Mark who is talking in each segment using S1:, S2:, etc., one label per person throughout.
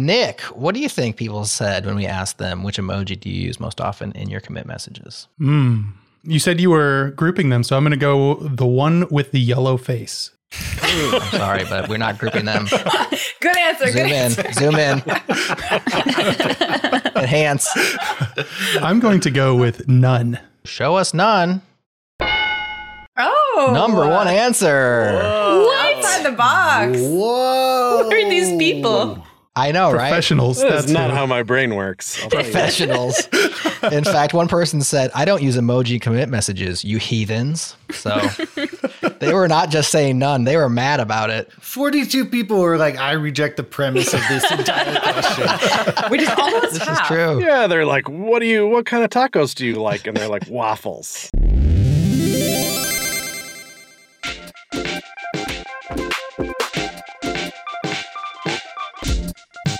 S1: Nick, what do you think people said when we asked them which emoji do you use most often in your commit messages?
S2: Mm. You said you were grouping them, so I'm going to go the one with the yellow face.
S1: I'm sorry, but we're not grouping them.
S3: Good answer.
S1: Zoom
S3: good
S1: in,
S3: answer.
S1: zoom in. Enhance.
S2: I'm going to go with none.
S1: Show us none.
S3: Oh,
S1: Number one answer.
S3: What? Outside the box.
S4: Whoa.
S3: Who are these people?
S1: I know, right?
S2: Professionals.
S5: That's
S2: That's
S5: not
S2: who.
S5: how my brain works. I'll tell you.
S1: Professionals. In fact, one person said, I don't use emoji commit messages, you heathens. So they were not just saying none, they were mad about it.
S4: 42 people were like, I reject the premise of this entire question.
S3: Which is almost
S1: This is
S3: half.
S1: true.
S5: Yeah, they're like, "What do you? What kind of tacos do you like?" And they're like, "Waffles."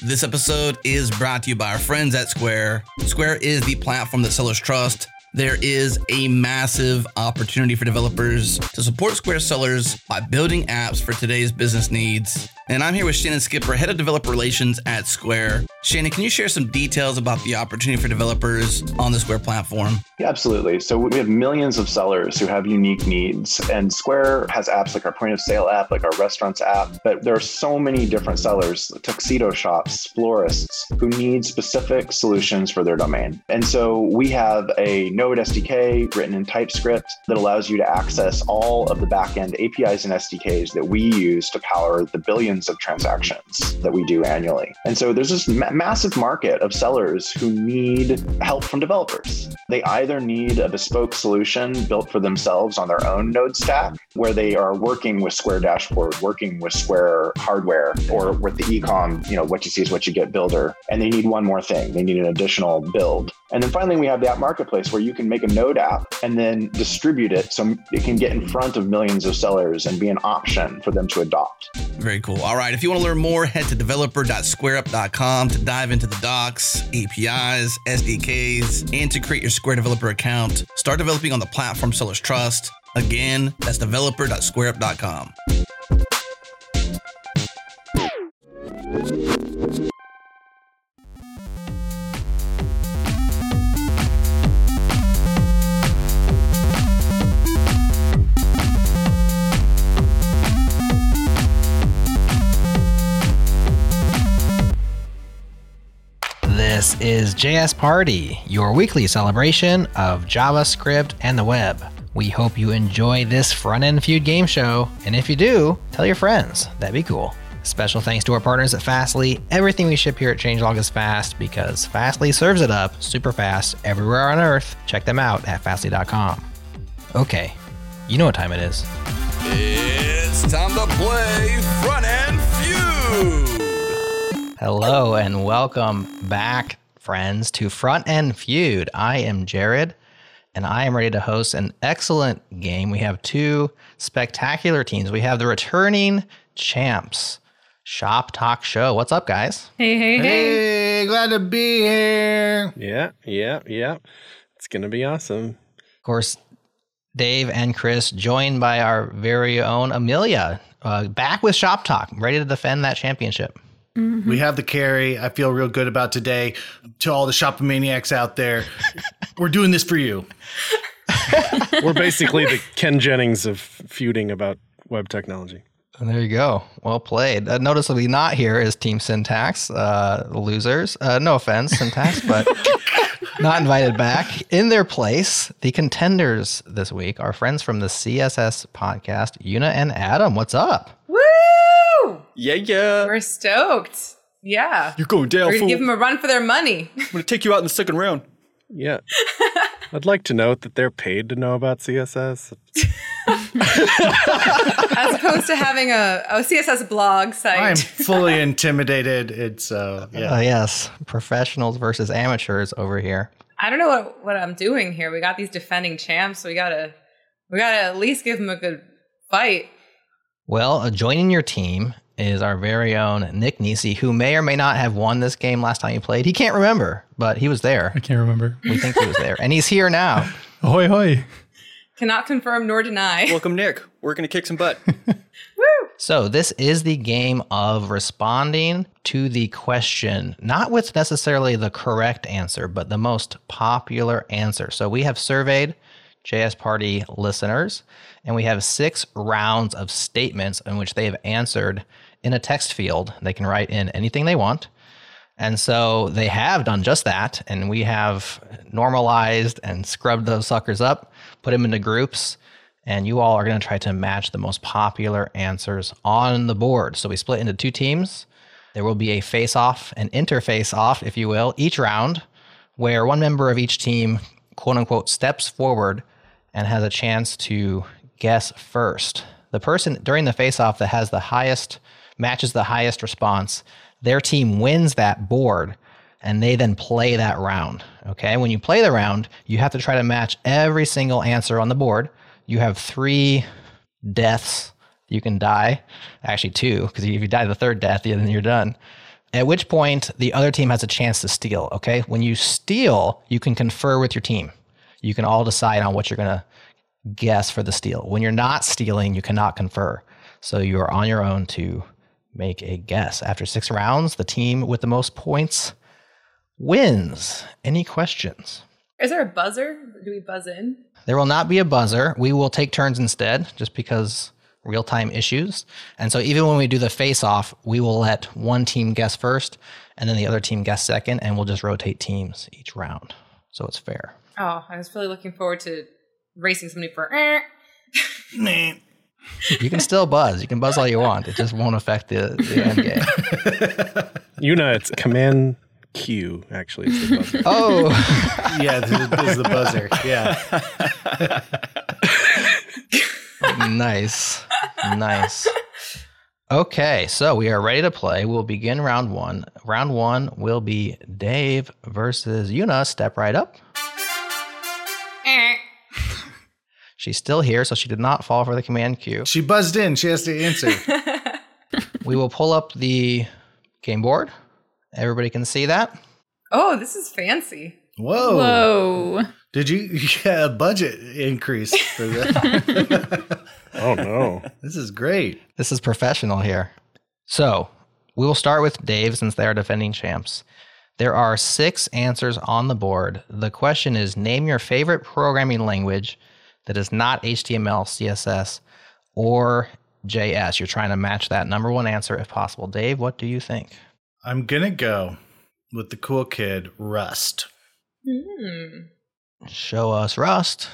S6: This episode is brought to you by our friends at Square. Square is the platform that sellers trust. There is a massive opportunity for developers to support Square sellers by building apps for today's business needs. And I'm here with Shannon Skipper, head of developer relations at Square. Shannon, can you share some details about the opportunity for developers on the Square platform?
S7: Yeah, absolutely. So we have millions of sellers who have unique needs, and Square has apps like our point of sale app, like our restaurants app, but there are so many different sellers, tuxedo shops, florists, who need specific solutions for their domain. And so we have a Node SDK written in TypeScript that allows you to access all of the backend APIs and SDKs that we use to power the billions of transactions that we do annually. And so there's this ma- massive market of sellers who need help from developers. They either need a bespoke solution built for themselves on their own Node stack, where they are working with Square Dashboard, working with Square hardware, or with the ecom, you know, what you see is what you get builder, and they need one more thing. They need an additional build. And then finally, we have the app marketplace where you can make a Node app and then distribute it so it can get in front of millions of sellers and be an option for them to adopt.
S6: Very cool. All right. If you want to learn more, head to developer.squareup.com to dive into the docs, APIs, SDKs, and to create your Square Developer account. Start developing on the platform sellers trust. Again, that's developer.squareup.com.
S1: This is JS Party, your weekly celebration of JavaScript and the web. We hope you enjoy this front end feud game show, and if you do, tell your friends. That'd be cool. Special thanks to our partners at Fastly. Everything we ship here at Changelog is fast because Fastly serves it up super fast everywhere on earth. Check them out at fastly.com. Okay, you know what time it is.
S6: It's time to play Front End Feud.
S1: Hello and welcome back, friends, to Front End Feud. I am Jared, and I am ready to host an excellent game. We have two spectacular teams. We have the returning champs, Shop Talk Show. What's up, guys?
S3: Hey, hey, hey.
S4: hey, glad to be here.
S5: Yeah, yeah, yeah. It's gonna be awesome.
S1: Of course, Dave and Chris, joined by our very own Amelia, uh, back with Shop Talk, ready to defend that championship.
S4: We have the carry. I feel real good about today. To all the shopomaniacs out there, we're doing this for you.
S5: We're basically the Ken Jennings of feuding about web technology.
S1: And There you go. Well played. Uh, noticeably not here is Team Syntax, uh, losers. Uh, no offense, Syntax, but not invited back. In their place, the contenders this week are friends from the CSS podcast, Una and Adam. What's up?
S3: Woo!
S8: Yeah, yeah.
S3: We're stoked. Yeah.
S8: You're going down,
S3: We're
S8: fool.
S3: gonna give them a run for their money.
S8: I'm going to take you out in the second round.
S5: Yeah. I'd like to note that they're paid to know about CSS.
S3: As opposed to having a, a CSS blog
S4: I'm
S3: site.
S4: fully intimidated. It's uh yeah.
S1: Oh, yes, professionals versus amateurs over here.
S3: I don't know what, what I'm doing here. We got these defending champs, so we gotta we gotta at least give them a good fight.
S1: Well, uh, joining your team is our very own Nick Nisi, who may or may not have won this game last time he played. He can't remember, but he was there.
S2: I can't remember.
S1: We think he was there, and he's here now.
S2: Ahoy, hoy.
S3: Cannot confirm nor deny.
S8: Welcome, Nick. We're gonna kick some butt.
S3: Woo!
S1: So, this is the game of responding to the question, not with necessarily the correct answer, but the most popular answer. So, we have surveyed JS Party listeners, and we have six rounds of statements in which they have answered in a text field. They can write in anything they want. And so they have done just that. And we have normalized and scrubbed those suckers up, put them into groups. And you all are going to try to match the most popular answers on the board. So we split into two teams. There will be a face off, an interface off, if you will, each round, where one member of each team, quote unquote, steps forward and has a chance to guess first. The person during the face-off that has the highest matches the highest response, their team wins that board and they then play that round. Okay? When you play the round, you have to try to match every single answer on the board. You have 3 deaths you can die. Actually, two, because if you die the third death, then you're done. At which point, the other team has a chance to steal. Okay. When you steal, you can confer with your team. You can all decide on what you're going to guess for the steal. When you're not stealing, you cannot confer. So you are on your own to make a guess. After six rounds, the team with the most points wins. Any questions?
S3: Is there a buzzer? Do we buzz in?
S1: There will not be a buzzer. We will take turns instead, just because real time issues. And so even when we do the face off, we will let one team guess first and then the other team guess second, and we'll just rotate teams each round. So it's fair.
S3: Oh, I was really looking forward to racing somebody for. Eh.
S4: Nah.
S1: You can still buzz. You can buzz all you want. It just won't affect the, the end game.
S5: Una, it's Command Q, actually. Is the buzzer.
S1: Oh,
S4: Yeah, this is, this is the buzzer. Yeah.
S1: nice. Nice. Okay, so we are ready to play. We'll begin round one. Round one will be Dave versus Una. Step right up.
S3: Eh.
S1: She's still here, so she did not fall for the command cue.
S4: She buzzed in. She has to answer.
S1: We will pull up the game board. Everybody can see that.
S3: Oh, this is fancy. Oh.
S4: Whoa.
S9: Whoa.
S4: Did you yeah, a budget increase for that?
S5: oh, no.
S4: this is great.
S1: This is professional here. So we will start with Dave since they are defending champs. There are six answers on the board. The question is name your favorite programming language that is not HTML, CSS, or JS. You're trying to match that number one answer if possible. Dave, what do you think?
S4: I'm going to go with the cool kid, Rust.
S3: Hmm.
S1: Show us Rust.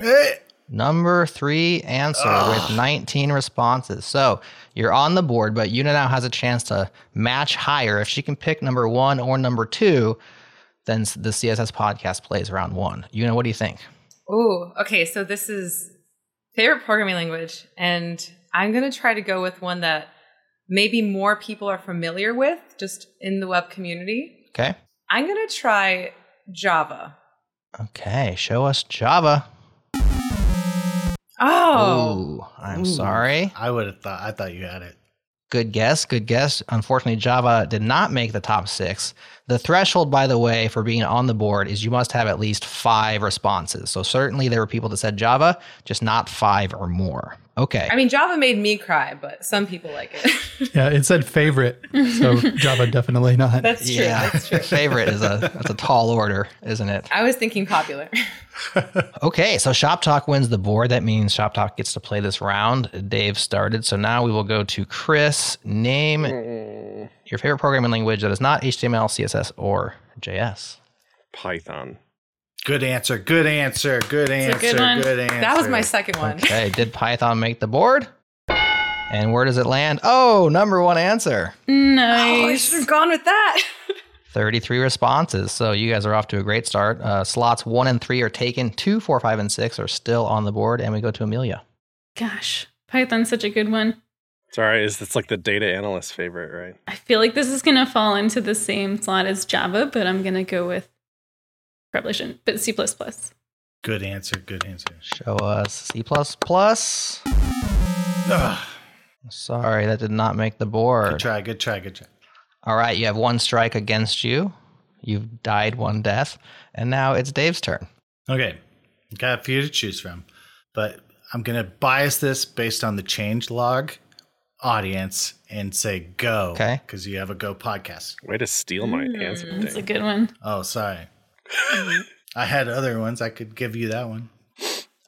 S4: Eh.
S1: Number three answer with 19 responses. So you're on the board, but Una now has a chance to match higher. If she can pick number one or number two, then s- the CSS podcast plays round one. Una, what do you think?
S3: Oh, okay. So this is favorite programming language, and I'm going to try to go with one that maybe more people are familiar with just in the web community.
S1: Okay.
S3: I'm going to try Java.
S1: Okay. Show us Java.
S3: Oh,
S1: Ooh, I'm sorry.
S4: I would have thought, I thought you had it.
S1: Good guess. Good guess. Unfortunately, Java did not make the top six. The threshold, by the way, for being on the board is you must have at least five responses. So certainly there were people that said Java, just not five or more. Okay.
S3: I mean, Java made me cry, but some people like it.
S2: Yeah, it said favorite, so Java definitely not.
S3: that's true. That's true.
S1: favorite is a that's a tall order, isn't it?
S3: I was thinking popular.
S1: Okay, so Shop Talk wins the board. That means Shop Talk gets to play this round. Dave started, so now we will go to Chris. Name your favorite programming language that is not HTML, CSS, or JS.
S5: Python.
S4: Good answer. Good answer. Good
S9: It's
S4: answer.
S9: a good one.
S4: answer.
S3: That was my second one.
S1: Okay, did Python make the board? And where does it land? Oh, number one answer.
S3: Oh, I
S9: Nice.
S3: should have gone with that.
S1: 33 responses. So you guys are off to a great start. Uh, slots one and three are taken. Two, four, five, and six are still on the board. And we go to Amelia.
S9: Gosh, Python's such a good one.
S5: It's all right. It's, it's like the data analyst favorite, right?
S9: I feel like this is going to fall into the same slot as Java, but I'm going to go with probably shouldn't, but C.
S4: Good answer. Good answer.
S1: Show us C.
S4: Ugh.
S1: Sorry, that did not make the
S4: Good
S1: board.
S4: try. Good try. Good try.
S1: All right, you have one strike against you. You've died one death. And now it's Dave's turn.
S4: Okay. Got a few to choose from, but I'm going to bias this based on the change log audience and say go.
S1: Okay.
S4: Because you have a go podcast.
S5: Way to steal my answer.
S9: That's a
S5: Dang.
S9: good one.
S4: Oh, sorry. I had other ones. I could give you that one.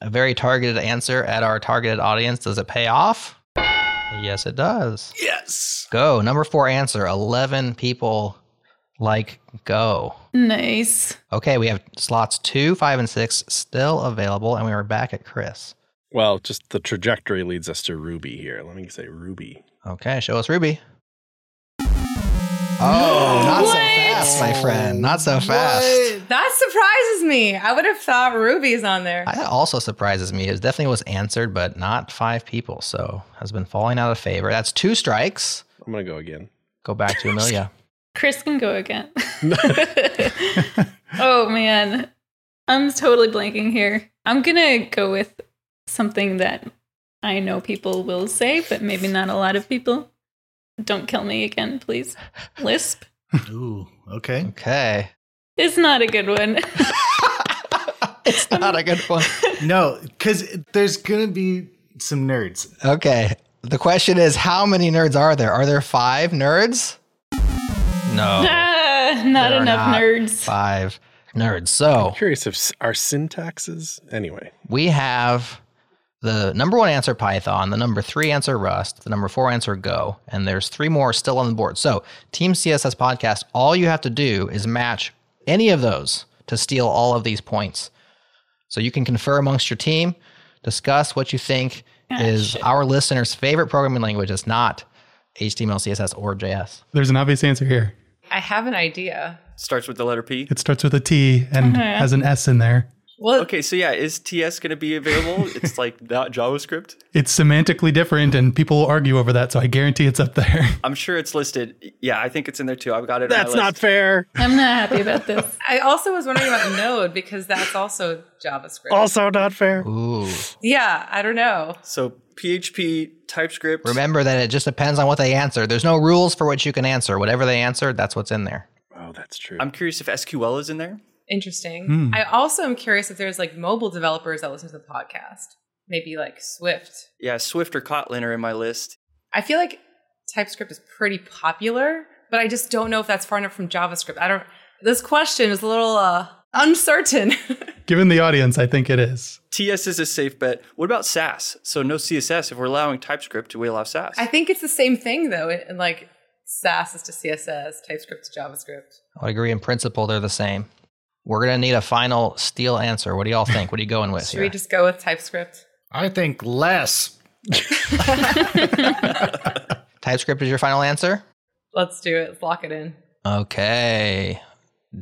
S1: A very targeted answer at our targeted audience. Does it pay off? Yes, it does.
S4: Yes.
S1: Go. Number four answer. 11 people like go.
S9: Nice.
S1: Okay, we have slots two, five, and six still available, and we are back at Chris.
S5: Well, just the trajectory leads us to Ruby here. Let me say Ruby.
S1: Okay, show us Ruby. Oh, not so fast, my friend. Not so fast.
S3: That surprises me. I would have thought Ruby's on there.
S1: That also surprises me. It definitely was answered, but not five people. So has been falling out of favor. That's two strikes.
S5: I'm gonna go again.
S1: Go back to Amelia.
S9: Chris can go again. oh man. I'm totally blanking here. I'm gonna go with something that I know people will say, but maybe not a lot of people. Don't kill me again, please. Lisp
S4: Ooh. Okay.
S1: Okay.
S9: is not a good one.
S1: it's not a good one.
S4: No, because there's going to be some nerds.
S1: Okay. The question is how many nerds are there? Are there five nerds? No.
S9: Ah, not
S1: There are
S9: enough
S1: Oh, not
S9: nerds.
S1: Five nerds. So
S5: Curious if s- our syntaxes. Anyway,
S1: we have the number one answer Python, the number three answer Rust, the number four answer Go, and there's three more still on the board. So, Team CSS Podcast, all you have to do is match any of those to steal all of these points. So, you can confer amongst your team, discuss what you think is our listeners' favorite programming language. It's not HTML, CSS, or JS.
S2: There's an obvious answer here.
S3: I have an idea.
S8: Starts with the letter P.
S2: It starts with a T and
S3: Uh-huh.
S2: has an S in there.
S3: Well,
S8: Okay, so yeah, is TS going to be available? it's like not JavaScript.
S2: It's semantically different, and people argue over that. So I guarantee it's up there.
S8: I'm sure it's listed. Yeah, I think it's in there too. I've got it.
S5: that's
S8: on my
S5: not fair.
S9: I'm not happy about this.
S3: I also was wondering about Node because that's also JavaScript.
S5: Also not fair.
S1: Ooh.
S3: yeah, I don't know.
S8: Not- so PHP, TypeScript.
S1: Remember that it just depends on what they answer. There's no rules for what you can answer. Whatever they answer, that's what's in there.
S5: Oh, that's true.
S8: I'm curious if SQL is in there.
S3: Interesting.
S8: Hmm.
S3: I also am curious if there's like mobile developers that listen to the podcast. Maybe like Swift.
S8: Yeah, Swift or Kotlin are in my list.
S3: I feel like TypeScript is pretty popular, but I just don't know if that's far enough from JavaScript. I don't. This question is a little uh, uncertain.
S2: Given the audience, I think it is.
S8: TS is a safe bet. What about Sass? So no CSS. If we're allowing TypeScript, do we allow Sass?
S3: I think it's the same thing though. And and, like Sass is to CSS, TypeScript to JavaScript.
S1: I would agree in principle they're the same. We're gonna need a final steel answer. What do y'all think? What are you going with
S3: Should
S1: here?
S3: we just go with TypeScript?
S4: I think less.
S1: TypeScript is your final answer?
S3: Let's do it. Let's lock it in.
S1: Okay.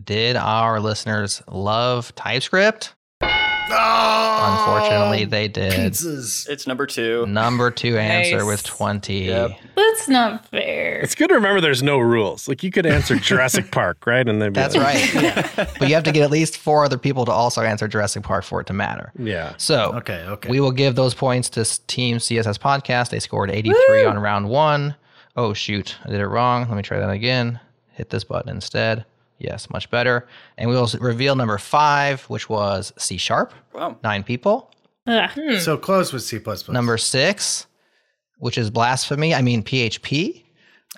S1: Did our listeners love TypeScript?
S3: Oh,
S1: Unfortunately, they did.
S4: Oh, pizzas.
S8: it's number two.
S1: Number two answer
S3: Nice.
S1: with 20.
S8: Yep.
S9: That's not fair.
S5: it's good to remember there's no rules. Like you could answer Jurassic Park, right? And then
S1: That's right. But you have to get at least four other people to also answer Jurassic Park for it to matter.
S5: Yeah.
S1: So
S4: Okay, okay.
S1: we will give those points to s- Team CSS Podcast. They scored 83 on round one. Oh, shoot. I did it wrong. Let me try that again. Hit this button instead. Yes, much better. And we will s- reveal number five, which was C sharp,
S8: Wow.
S1: nine people.
S9: Ugh.
S4: So close with C++.
S1: Number six, which is blasphemy. I mean, PHP.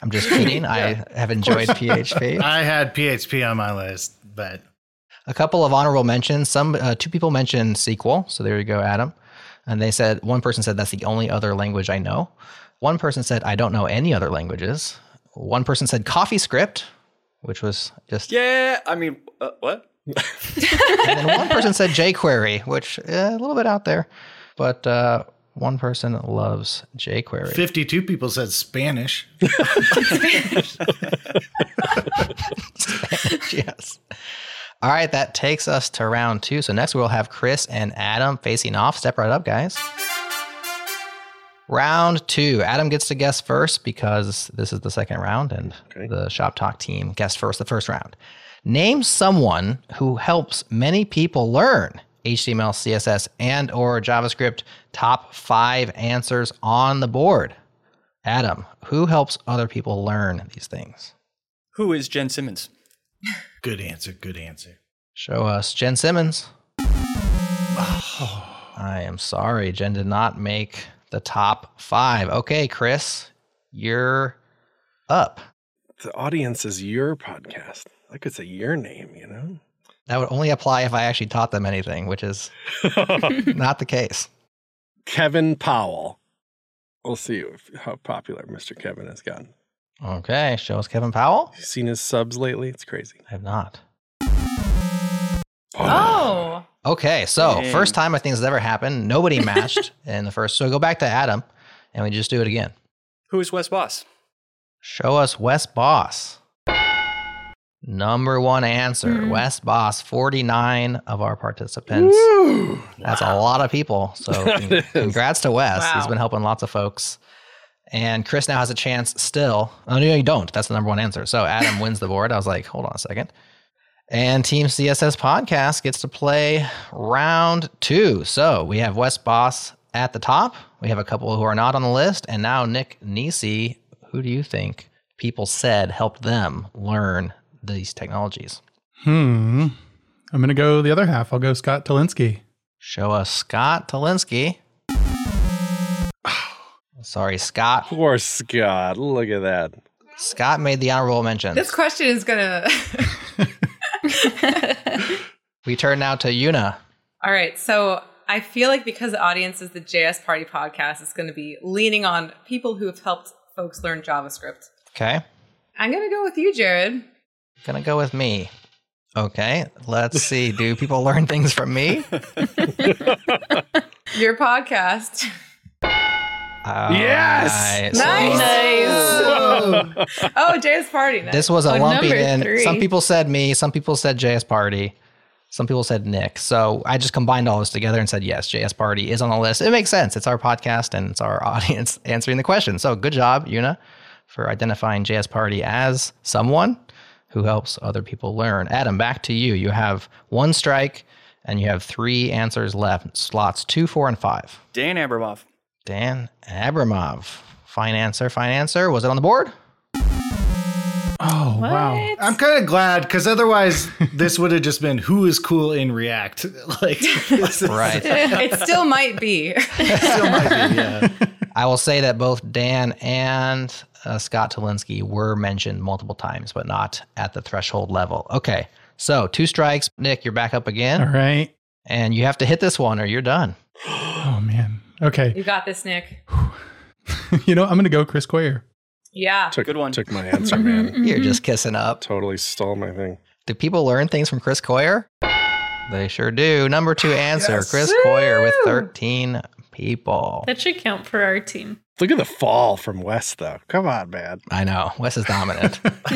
S1: I'm just kidding. I have enjoyed PHP.
S4: I had PHP on my list, but
S1: A couple of honorable mentions. Some uh, two people mentioned SQL, so there you go, Adam. And they said one person said that's the only other language I know. One person said I don't know any other languages. One person said CoffeeScript, which was just.
S8: Yeah, I mean, uh, what?
S1: And then one person said jQuery, which eh, a little bit out there, but uh, one person loves jQuery.
S4: 52 people said Spanish.
S1: yes. All right, that takes us to round two. So next we'll have Chris and Adam facing off. Step right up, guys. Round two. Adam gets to guess first because this is the second round and the Shop Talk team guessed first the first round. Name someone who helps many people learn HTML, CSS, and or JavaScript. Top five answers on the board. Adam, who helps other people learn these things?
S8: Who is Jen Simmons?
S4: Good answer, good answer.
S1: Show us Jen Simmons. I am sorry, Jen did not make the top five. Okay, Chris, you're up.
S5: The audience is your podcast. Like it's a your name, you know?
S1: That would only apply if I actually taught them anything, which is not the case.
S5: Kevin Powell. We'll see if, how popular Mr. Kevin has gotten.
S1: Okay, show us Kevin Powell.
S5: You seen his subs lately? It's crazy.
S1: I have not.
S3: Oh,
S1: Okay, so
S8: Dang.
S1: first time I think this has ever happened. Nobody matched in the first. So go back to Adam and we just do it again.
S8: Who is Wes Boss?
S1: Show us West Boss. Number one answer
S9: Hmm.
S1: West Boss, 49 of our participants. That's a lot of people. So
S5: That
S1: con-
S5: is.
S1: congrats to Wes. He's
S3: Wow.
S1: been helping lots of folks. And Chris now has a chance still. Oh, no, you don't. That's the number one answer. So Adam wins the board. I was like, hold on a second. And Team CSS Podcast gets to play round two. So we have West Boss at the top. We have a couple who are not on the list. And now Nick Nisi. Who do you think people said helped them learn these technologies?
S2: Hmm. I'm going to go the other half. I'll go Scott Talinsky.
S1: Show us Scott Talinsky. Sorry, Scott.
S5: Poor Scott. Look at that.
S1: Scott made the honorable mentions.
S3: this question is gonna.
S1: we turn now to Yuna.
S3: All right, so I feel like because the audience is the JS Party podcast, it's going to be leaning on people who have helped folks learn JavaScript.
S1: Okay.
S3: I'm going to go with you, Jared.
S1: Gonna go with me. Okay. Let's see. Do people learn things from me?
S3: Your podcast.
S5: Yes!
S1: Alright, so
S3: Nice. oh, JS Party. Nice.
S1: This was a
S9: Oh,
S1: lumpy
S9: number
S1: in.
S9: three.
S1: Some people said me, some people said JS Party, some people said Nick. So I just combined all this together and said, yes, JS Party is on the list. It makes sense. It's our podcast and it's our audience answering the question. So good job, Yuna, for identifying JS Party as someone who helps other people learn. Adam, back to you. You have one strike and you have three answers left slots two, four, and five.
S8: Dan Abramoff.
S1: Dan Abramov. Fine answer, fine answer. Was it on the board?
S2: Oh, wow.
S9: What?
S4: I'm kind of glad because otherwise, this would have just been who is cool in React. Like, this is-
S1: Right.
S3: it still might be.
S4: still might be, yeah.
S1: I will say that both Dan and uh, Scott Talinsky were mentioned multiple times, but not at the threshold level. Okay, so two strikes. Nick, you're back up again,
S2: All right.
S1: and you have to hit this one or you're done.
S2: Oh, man. Okay.
S3: You got this, Nick.
S2: you know, I'm going to go Chris Quayer.
S3: Yeah.
S5: Took,
S8: Good one.
S5: Took my answer, man.
S1: You're
S9: Mm-hmm.
S1: just kissing up.
S5: totally stole my thing.
S1: Do people learn things from Chris Coyer? They sure do. Number two answer Chris Coyer with 13 people.
S9: That should count for our team.
S5: Look at the fall from West, though. Come on, man.
S1: I know. Wes is dominant.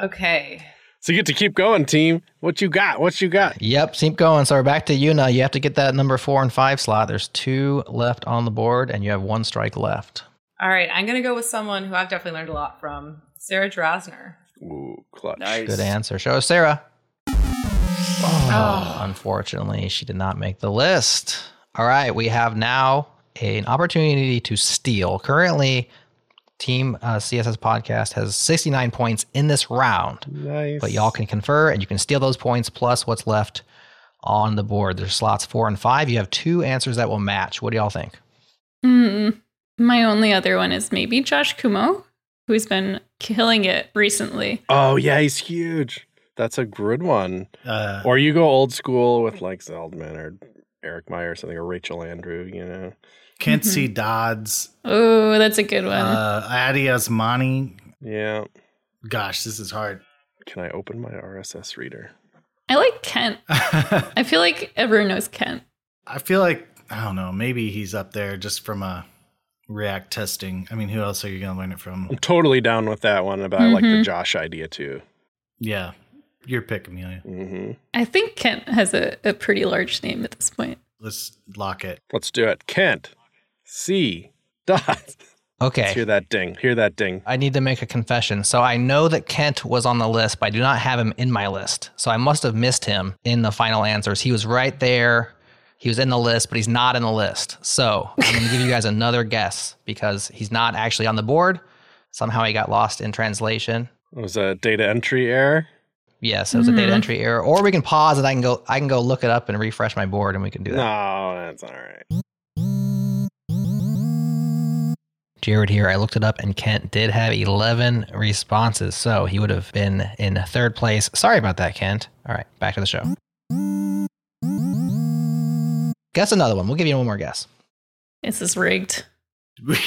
S3: Okay.
S5: So you get to keep going, team. What you got? What you got?
S1: Yep, keep going. So we're back to you now. You have to get that number four and five slot. There's two left on the board, and you have one strike left.
S3: All right, I'm going to go with someone who I've definitely learned a lot from Sarah Drasner.
S5: Ooh, clutch.
S8: Nice.
S1: Good answer. Show us Sarah. Oh, Unfortunately, she did not make the list. All right, we have now an opportunity to steal. Currently, Team uh, CSS Podcast has 69 points in this round.
S5: Nice.
S1: but y'all can confer and you can steal those points plus what's left on the board. There's slots four and five. You have two answers that will match. What do y'all think?
S9: Mm, my only other one is maybe Josh Kumo, who's been killing it recently.
S5: Oh yeah, he's huge. That's a good one.
S4: Uh,
S5: Or you go old school with like Zeldman or Eric Meyer or something or Rachel Andrew. You know.
S4: can't see Dodds,
S9: Oh, that's a good one.
S4: uh, Adi Osmani.
S5: Yeah.
S4: Gosh, this is hard.
S5: Can I open my RSS reader?
S9: I like Kent.
S4: I
S9: I feel like everyone knows Kent.
S4: feel like I don't know. Maybe he's up there just from a React testing. I mean, who else are you going to learn it from?
S5: I'm totally down with that one, but I like
S8: Mm-hmm.
S5: the
S9: Mhm.
S5: Josh idea too.
S4: Yeah, your pick, Amelia.
S5: hmm
S9: I think Kent has a, a pretty large name at this point.
S4: Let's lock it.
S5: Let's do it. Kent. C. Dot. Let's hear
S1: Okay.
S5: that ding. Hear that ding.
S1: I need to make a confession. So I know that Kent was on the list, but I do not have him in my list. So I must have missed him in the final answers. He was right there. He was in the list, but he's not in the list. So I'm going to give you guys another guess because he's not actually on the board. Somehow he got lost in translation.
S5: It was a data entry error.
S1: Yeah, so it's a data entry error. Or we can pause and I can go I can go look it up and refresh my board and we can do that.
S5: No, that's all right.
S1: Jared here, I looked it up and Kent did have 11 responses, so he would have been in third place. Sorry about that, Kent. All right, back to the show. Guess another one. We'll give you one more guess.
S9: This is rigged.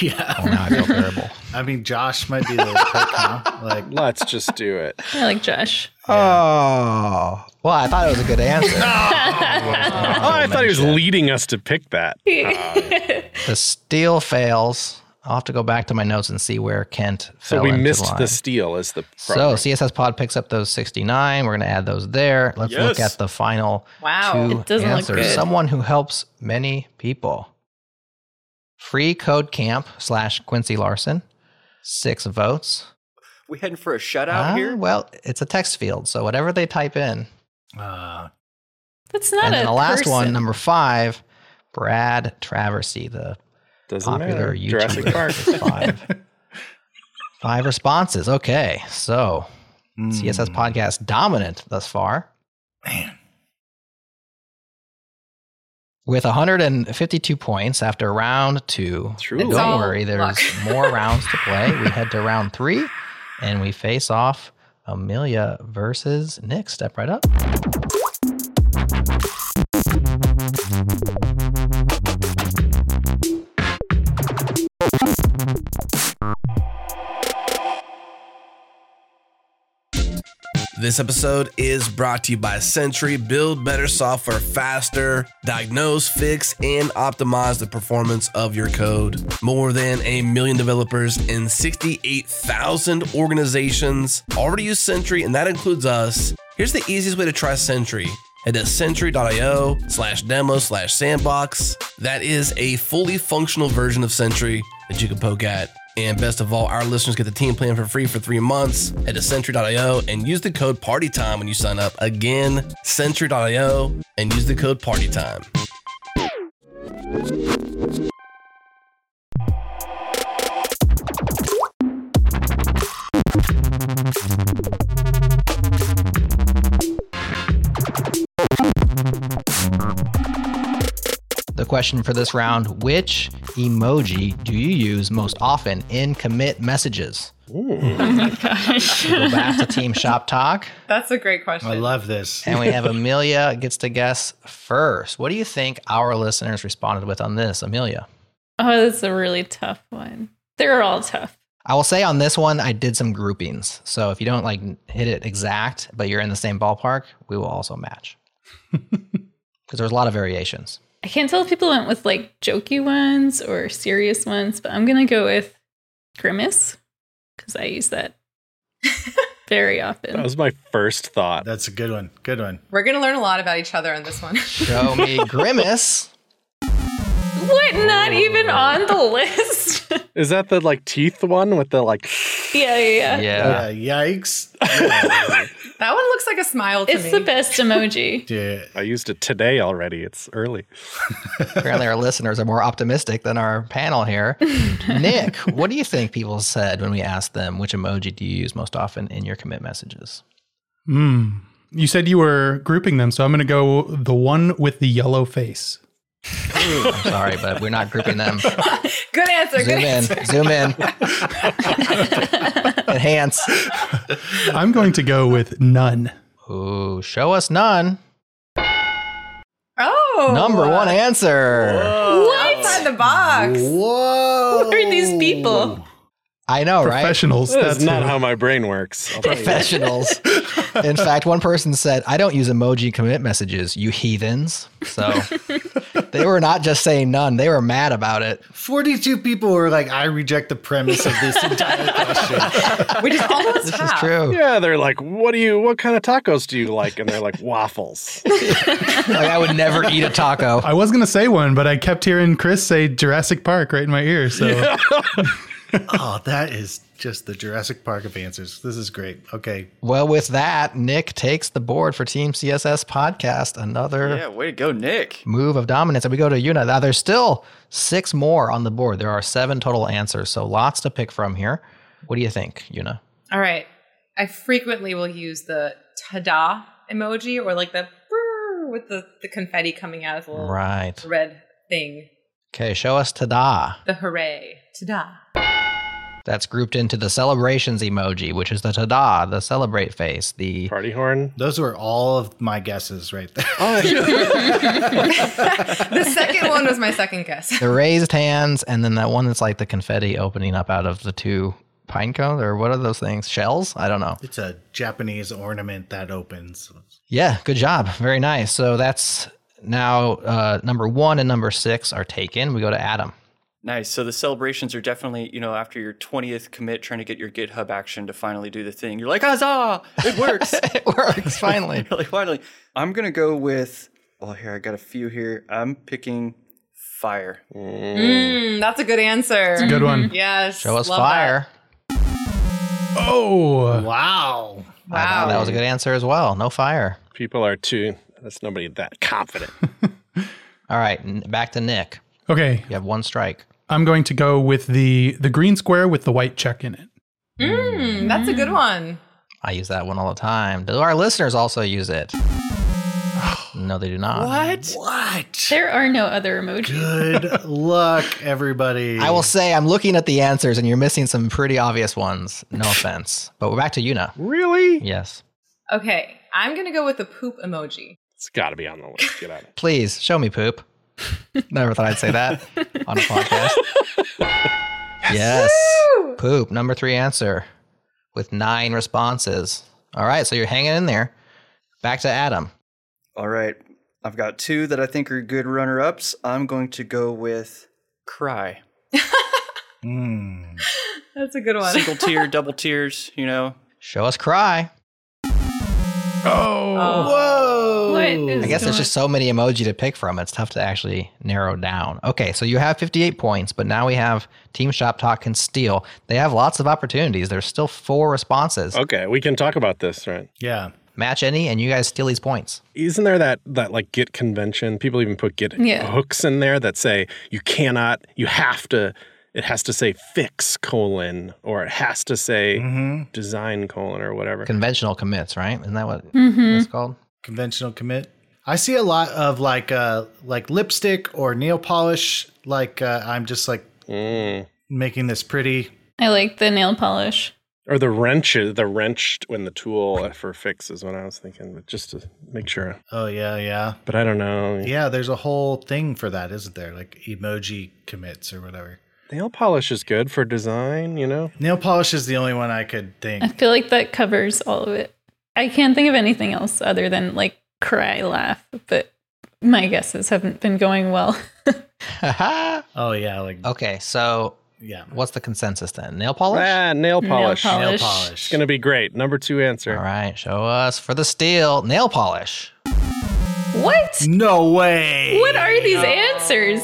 S4: yeah.
S1: Oh, now I feel terrible.
S4: I mean, Josh might be the little prick now. Like,
S5: Let's just do it.
S9: I like Josh.
S1: Oh, well, I thought it was a good answer.
S5: Oh, I thought he was leading us to pick that.
S1: the steal fails. I'll have to go back to my notes and see where Kent
S5: So
S1: fell
S5: we
S1: into
S5: missed
S1: line.
S5: the steal as the
S1: So
S5: problem.
S1: CSS Pod picks up those 69. We're going to add those there. Let's look
S8: Yes.
S1: at the final
S3: Wow.
S1: two
S9: It doesn't look
S1: answers.
S9: good.
S1: Someone who helps many people. Free Code Camp slash Quincy Larson. Six votes.
S8: We heading for a shutout
S1: Ah,
S8: here?
S1: Well, it's a text field, so whatever they type in.
S4: uh,
S9: That's not
S1: and
S9: a
S1: then the last one,
S9: person.
S1: number five, Brad Traversy, the
S5: Doesn't
S1: popular
S5: matter.
S1: YouTuber.
S5: Jurassic Park.
S1: Five. Five responses. Okay, so
S4: mm,
S1: CSS
S3: Hmm.
S1: podcast dominant thus far.
S4: Man.
S1: With 152 points after round two.
S5: Truly.
S1: Don't
S5: It's
S3: all
S1: worry, there's
S3: luck.
S1: more rounds to play. We head to round three and we face off Amelia versus Nick. Step right up.
S6: This episode is brought to you by Sentry. Build better software faster, diagnose, fix, and optimize the performance of your code. More than a million developers in 68,000 organizations already use Sentry, and that includes us. Here's the easiest way to try Sentry. Head to sentry.io slash demo slash sandbox. That is a fully functional version of Sentry that you can poke at. And best of all, our listeners get the team plan for free for three months. Head to Sentry.io and use the code PARTYTIME when you sign up. Again, Sentry.io and use the code PARTYTIME.
S1: The question for this round Which emoji do you use most often in commit messages?
S3: Oh
S1: Go back to Team Shop Talk.
S3: That's a great question.
S4: I love this.
S1: And we have Amelia gets to guess first. What do you think our listeners responded with on this, Amelia?
S9: Oh, that's a really tough one. They're all tough.
S1: I will say on this one, I did some groupings. So if you don't like hit it exact, but you're in the same ballpark, we will also match. Because there's a lot of variations.
S9: I can't tell if people went with like jokey ones or serious ones, but I'm gonna go with grimace because I use that very often.
S5: That was my first thought.
S4: That's a good one. Good one.
S3: We're going to learn a lot about each other on this one.
S1: Show me Grimace.
S9: what? Not even on the list?
S5: Is that the like teeth one with the like?
S9: yeah, yeah, yeah.
S1: Yeah.
S4: Yeah, yikes. Yeah.
S3: that one looks like a smile to
S9: It's
S3: me.
S9: the best emoji.
S4: Yeah.
S5: I used it today already. It's early.
S1: Apparently, our listeners are more optimistic than our panel here. Nick, what do you think people said when we asked them which emoji do you use most often in your commit messages?
S2: Hmm. You said you were grouping them, so I'm going to go the one with the yellow face.
S1: I'm sorry, but we're not grouping them.
S3: Good answer. Good
S1: Zoom
S3: answer.
S1: in. Zoom in. Enhance.
S2: I'm going to go with none.
S1: Ooh, show us none.
S3: Oh.
S1: Number one
S5: Oh.
S1: answer.
S3: Outside the box.
S4: Whoa.
S9: Who are these people?
S1: I know, right?
S2: Professionals.
S5: That's
S2: That's
S5: not
S2: who.
S5: how my brain works. I'll tell you.
S1: Professionals. In fact, one person said, I don't use emoji commit messages, you heathens. So they were not just saying none, they were mad about it.
S4: 42 people were like, I reject the premise of this entire question.
S3: We just almost
S1: This is
S3: half.
S1: true.
S5: Yeah, they're like, what do you? What kind of tacos do you like? And they're like waffles.
S1: Like, I would never eat a taco.
S2: I was going to say one, but I kept hearing Chris say Jurassic Park right in my ear. So
S4: oh, that is just the Jurassic Park of answers. This is great. Okay.
S1: Well, with that, Nick takes the board for Team CSS Podcast. Another
S8: Yeah, way to go, Nick.
S1: move of dominance. And we go to Yuna. Now, there's still six more on the board. There are seven total answers. So lots to pick from here. What do you think, Yuna?
S3: All right. I frequently will use the ta-da emoji or like the brrr with the, the confetti coming out as a little
S1: Right.
S3: red thing.
S1: Okay, show us ta-da.
S3: The hooray. Ta-da.
S1: That's grouped into the celebrations emoji, which is the ta-da, the celebrate face, the
S5: Party horn.
S4: Those were all of my guesses right there.
S1: Oh.
S3: The second one was my second guess.
S1: the raised hands, and then that one that's like the confetti opening up out of the two pine cones, or what are those things? Shells? I don't know.
S4: It's a Japanese ornament that opens.
S1: Yeah, good job. Very nice. So that's now uh, number one and number six are taken. We go to Adam.
S8: Nice. So the celebrations are definitely, you know, after your 20th commit, trying to get your GitHub action to finally do the thing. You're like, huzzah, it works.
S1: It works finally.
S8: You're like, finally. I'm going to go with, well, here, I got a few here. I'm picking fire.
S3: Mm, that's a good answer.
S2: Good one.
S3: Yes.
S1: Show us
S3: love
S1: fire.
S2: Oh,
S4: Wow.
S3: That.
S1: I
S3: Wow.
S1: thought that was a good answer as well. No fire.
S5: People are too. That's nobody that confident.
S1: All right, n- back to Nick.
S2: okay.
S1: You have one strike.
S2: I'm going to go with the the green square with the white check in it.
S3: Mm, that's a good one.
S1: I use that one all the time. Do our listeners also use it? No, they do not.
S8: What?
S4: What?
S9: There are no other emojis.
S4: Good luck, everybody.
S1: I will say I'm looking at the answers and you're missing some pretty obvious ones. No offense. But we're back to Yuna.
S5: Really?
S1: Yes.
S3: Okay. I'm going to go with the poop emoji.
S5: It's got to be on the list. Get out of it.
S1: Please show me poop. Never thought I'd say that on a podcast. Yes.
S3: Woo!
S1: Poop, number three answer with nine responses. All right, so you're hanging in there. Back to Adam.
S8: All right. I've got two that I think are good runner ups. I'm going to go with cry.
S4: Mm.
S3: That's a good one.
S8: Single tier, double tiers, you know.
S1: Show us cry.
S4: Whoa.
S9: Oh. What is
S1: I guess
S9: going-
S1: there's just so many emoji to pick from. It's tough to actually narrow down. Okay, so you have 58 points, but now we have Team Shop Talk and Steal. They have lots of opportunities. There's still four responses.
S5: Okay, we can talk about this, right?
S4: Yeah.
S1: Match any, and you guys steal these points.
S5: Isn't there that that like Git convention? People even put Git
S9: Yeah.
S5: hooks in there that say you cannot, you have to. It has to say fix colon, or it has to say
S4: hmm
S5: design colon, or whatever.
S1: Conventional commits, right? Isn't that what
S9: Mhm.
S1: it's called?
S4: Conventional commit. I see a lot of like uh like lipstick or nail polish. Like uh, I'm just like
S5: Mm.
S4: making this pretty.
S9: I like the nail polish.
S5: Or the wrench, the wrenched when the tool for fix is what I was thinking, but just to make sure.
S4: Oh yeah, yeah,
S5: But I don't know.
S4: yeah. There's a whole thing for that, isn't there? Like emoji commits or whatever.
S5: Nail polish is good for design, you know?
S4: Nail polish is the only one I could think.
S9: I feel like that covers all of it. I can't think of anything else other than like cry, laugh, but my guesses haven't been going well.
S4: Oh yeah, like
S1: okay, so
S4: yeah,
S1: what's the consensus then? Nail polish?
S5: Ah, nail polish.
S9: Nail
S4: nail
S9: polish.
S4: polish.
S5: It's going to be great. Number two answer.
S1: All right, show us for the steal. Nail polish.
S9: What?
S4: no way.
S9: What are these answers?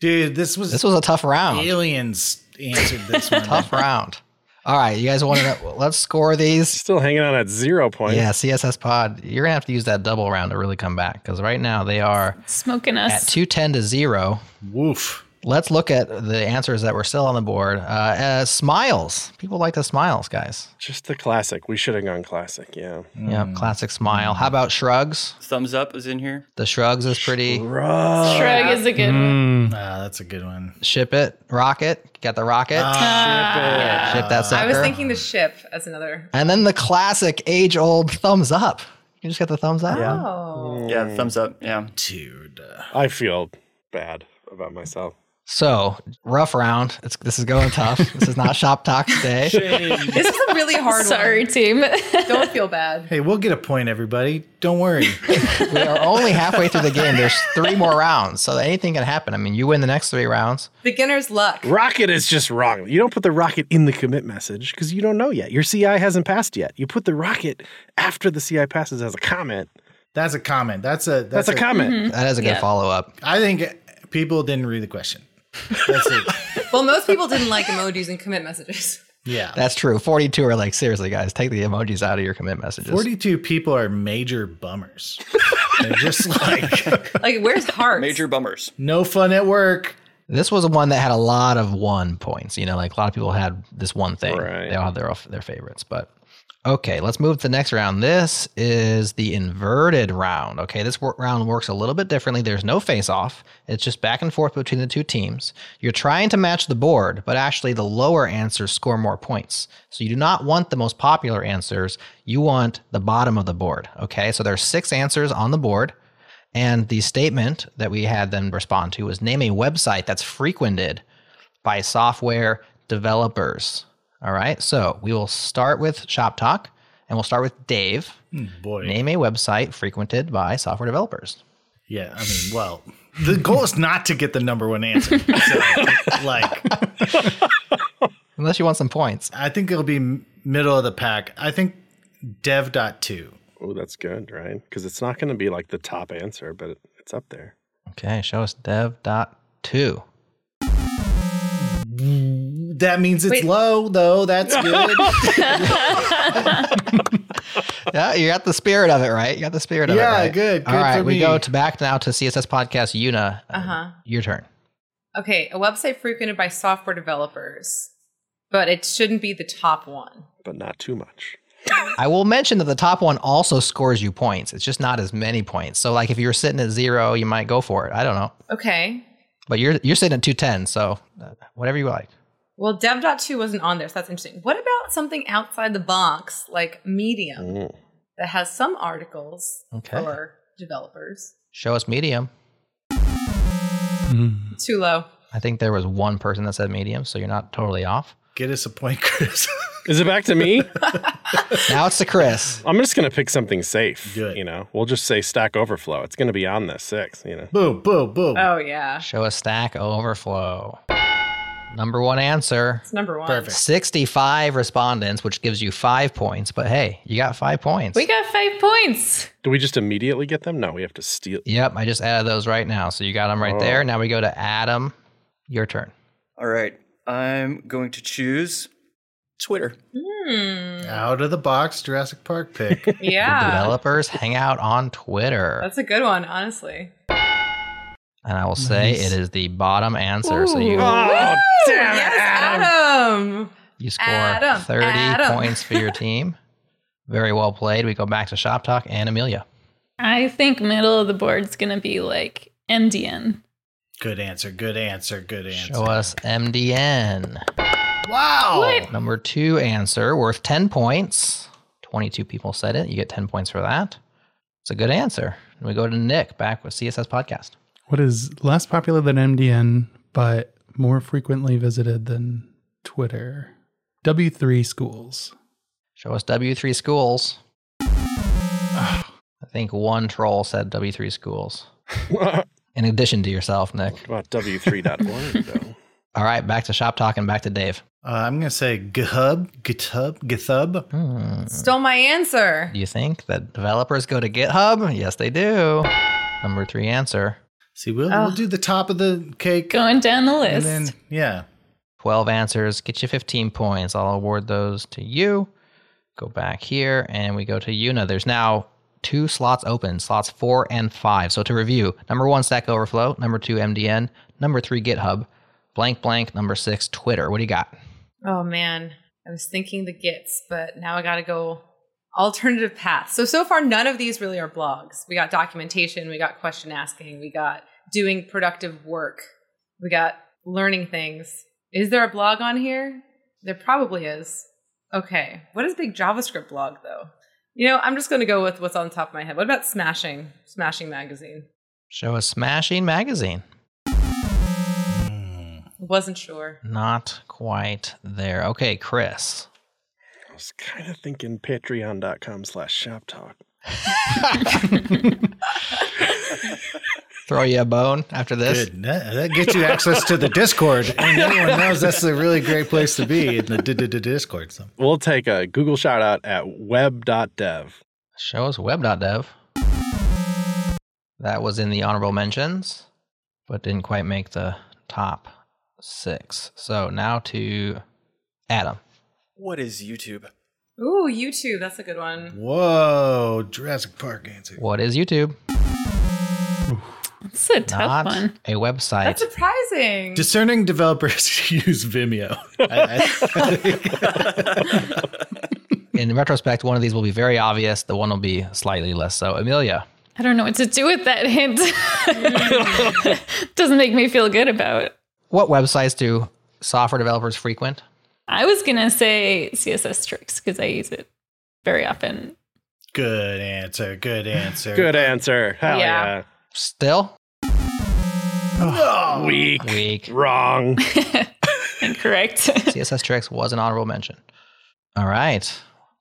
S4: Dude, this was,
S1: This was a tough round.
S4: aliens answered this one.
S1: Tough round. All right, you guys want to know? Let's score these.
S5: Still hanging out at zero points.
S1: Yeah, CSS Pod, you're going to have to use that double round to really come back because right now they are
S9: Smoking
S1: at
S9: us.
S1: 210 to 0.
S4: Woof.
S1: Let's look at the answers that were still on the board. Uh, uh, smiles. People like the smiles, guys.
S5: Just the classic. We should have gone classic. Yeah.
S1: Yep, classic smile. How about shrugs?
S8: Thumbs up is in here.
S1: The shrugs is pretty.
S9: Shrug is a good one.
S2: Mm.
S4: Ah, that's a good one.
S1: Ship it, rocket. Get the rocket.
S9: Ah.
S1: Ship that sucker.
S3: I was thinking the ship as another.
S1: and then the classic age old thumbs up. You just get the thumbs up.
S3: Oh.
S8: Yeah, thumbs up. Yeah.
S4: Dude.
S5: I feel bad about myself.
S1: So rough round. It's, this is going tough. this is not shop talk today.
S3: Mm. This is a really hard
S9: Sorry, team.
S3: one. Don't feel bad.
S4: Hey, we'll get a point, everybody. Don't worry.
S1: we are only halfway through the game. There's three more rounds, so anything can happen. I mean, you win the next three rounds.
S3: Beginner's luck.
S5: Rocket is just wrong. You don't put the rocket in the commit message because you don't know yet. Your CI hasn't passed yet. You put the rocket after the CI passes as a comment.
S4: that's a comment. That's a
S5: That's, a, comment.
S1: That is a good
S9: Yeah.
S1: follow up.
S4: I think people didn't read the question. That's it.
S3: Well, most people didn't like emojis and commit messages.
S4: Yeah.
S1: That's true. 42 are like, seriously, guys, take the emojis out of your commit messages.
S4: 42 people are major bummers. They're just like,
S3: Like, where's hearts?
S8: Major bummers.
S4: no fun at work.
S1: This was one that had a lot of one points. You know, like a lot of people had this one thing.
S5: Right.
S1: They all had their, their favorites, but Okay, let's move to the next round. This is the inverted round. Okay, this wor- round works a little bit differently. There's no face off, it's just back and forth between the two teams. You're trying to match the board, but actually, the lower answers score more points. So you do not want the most popular answers, you want the bottom of the board. Okay, so there's six answers on the board. And the statement that we had them respond to was name a website that's frequented by software developers. All right. So we will start with Shop Talk and we'll start with Dave.
S4: Hmm, Boy.
S1: Name a website frequented by software developers.
S4: Yeah, I mean, well, the goal is not to get the number one answer. So, like,
S1: Unless you want some points.
S4: I think it'll be m- middle of the pack. I think dev dot two.
S5: Oh, that's good, right? Because it's not going to be like the top answer, but it, it's up there.
S1: Okay. Show us dev dot two.
S4: That means it's
S3: Wait.
S4: low, though. That's good.
S1: Yeah, you got the spirit of it, right? You got the spirit of
S4: Yeah,
S1: it. right?
S4: good,
S1: All
S4: good
S1: right.
S4: for
S1: we
S4: me.
S1: go to back now to CSS Podcast Una.
S3: Uh huh.
S1: Your turn.
S3: Okay, a website frequented by software developers, but it shouldn't be the top one.
S5: But not too much.
S1: I will mention that the top one also scores you points. It's just not as many points. So like if you're sitting at zero, you might go for it. I don't know.
S3: Okay.
S1: But you're you're sitting at 210, so uh, whatever you like.
S3: Well, dev.2 wasn't on there, so that's interesting. What about something outside the box, like Medium,
S5: Mm.
S3: that has some articles
S1: Okay.
S3: for developers?
S1: Show us medium.
S3: Too low.
S1: I think there was one person that said medium, so you're not totally off.
S4: Get us a point, Chris.
S5: Is it back to me?
S1: Now it's to Chris.
S5: I'm just going to pick something safe.
S4: Do it.
S5: You know, we'll just say Stack Overflow. It's going to be on the six. You know,
S4: boom, boom, boom.
S3: Oh, yeah.
S1: Show us stack overflow. Number one answer.
S3: It's number one.
S4: Perfect.
S1: 65 respondents, which gives you five points, but hey, you got five points.
S9: We got five points.
S5: do we just immediately get them? No, we have to steal.
S1: yep, I just added those right now. So you got them right
S5: Oh.
S1: there. Now we go to Adam. Your turn.
S8: All right, I'm going to choose Twitter.
S3: Hmm.
S4: Out of the box, Jurassic Park pick.
S9: Ah.
S3: Yeah.
S1: Developers hang out on Twitter.
S3: That's a good one, honestly.
S1: and I will say
S2: Nice.
S1: it is the bottom answer. So you
S5: Oh,
S3: Woo!
S5: damn it,
S3: yes,
S5: Adam.
S3: Adam.
S1: You score
S3: Adam,
S1: 30
S3: Adam.
S1: points for your team. Very well played. We go back to Shop Talk and Amelia.
S9: I think middle of the board's gonna be like MDN.
S4: Good answer. Good answer. Good answer.
S1: Show us MDN.
S4: Wow.
S9: What?
S1: Number two answer worth 10 points. 22 people said it. You get 10 points for that. It's a good answer. And we go to Nick back with CSS Podcast.
S2: What is less popular than MDN, but more frequently visited than Twitter? W3 schools.
S1: Show us W3 schools. I think one troll said W3 schools.
S5: what
S1: In addition to yourself, Nick.
S5: about W3.org though?
S1: All right, back to Shop Talk and back to Dave.
S4: Uh, I'm gonna say GitHub, GitHub, GitHub.
S1: Hmm.
S3: Stole my answer.
S1: Do you think that developers go to GitHub? Yes, they do. Number three answer
S4: See, we'll,
S3: Oh.
S4: we'll do the top of the cake,
S9: Going down the
S4: and
S9: list.
S4: then yeah,
S1: 12 answers, get you 15 points. I'll award those to you. Go back here and we go to Una. There's now two slots open, slots four and five. So to review, number one, Stack Overflow, number two, MDN, number three, GitHub, blank, blank, number six, Twitter. What do you got?
S3: Oh man, I was thinking the gets, but now I gotta go alternative paths. So so far, none of these really are blogs. We got documentation, we got question asking, we got doing productive work, we got learning things. Is there a blog on here? There probably is. Okay, what is big JavaScript blog though? You know, I'm just gonna go with what's on top of my head. What about Smashing? Smashing magazine.
S1: Show us Smashing Magazine.
S3: Wasn't sure.
S1: Not quite there. Okay, Chris.
S5: I was kind of thinking patreon.com slash shop talk.
S1: Throw you a bone after this.
S4: good. That, that gets you access to the Discord, and everyone knows that's a really great place to be in the d- d- d- Discord. So.
S5: We'll take a Google shout out at web.dev.
S1: Show us web.dev. That was in the honorable mentions, but didn't quite make the top six. So now to Adam.
S8: What is YouTube?
S3: Ooh, YouTube. That's a good one.
S4: Whoa, Jurassic Park answer.
S1: What is YouTube?
S9: It's a tough
S1: Not
S9: one.
S1: a website.
S3: That's surprising.
S4: Discerning developers use Vimeo. I, I,
S1: in retrospect, one of these will be very obvious. The one will be slightly less so. Amelia,
S9: I don't know what to do with that hint. Doesn't make me feel good about it.
S1: what websites do software developers frequent?
S9: I was going to say CSS tricks because I use it very often.
S4: Good answer. Good answer.
S5: Good answer. Hell yeah.
S3: Yeah.
S1: Still
S5: Weak.
S1: weak.
S5: Wrong.
S9: Incorrect.
S1: CSS tricks was an honorable mention. All right,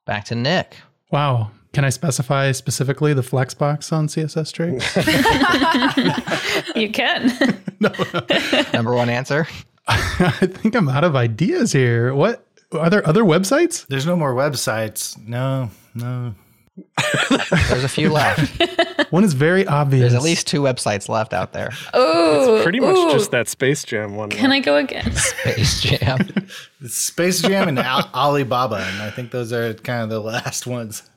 S1: back to Nick.
S2: Wow. Can I specify specifically the flexbox on CSS Tricks?
S9: you can.
S2: no.
S1: Number one answer.
S2: I think I'm out of ideas here. What? Are there other websites?
S4: There's no more websites. No, no.
S1: There's a few left.
S2: One is very obvious.
S1: There's at least two websites left out there.
S9: Oh,
S5: It's pretty much
S9: ooh.
S5: just that Space Jam one.
S9: Can I go again?
S1: Space Jam.
S4: It's Space Jam and Al- Alibaba, and I think those are kind of the last ones.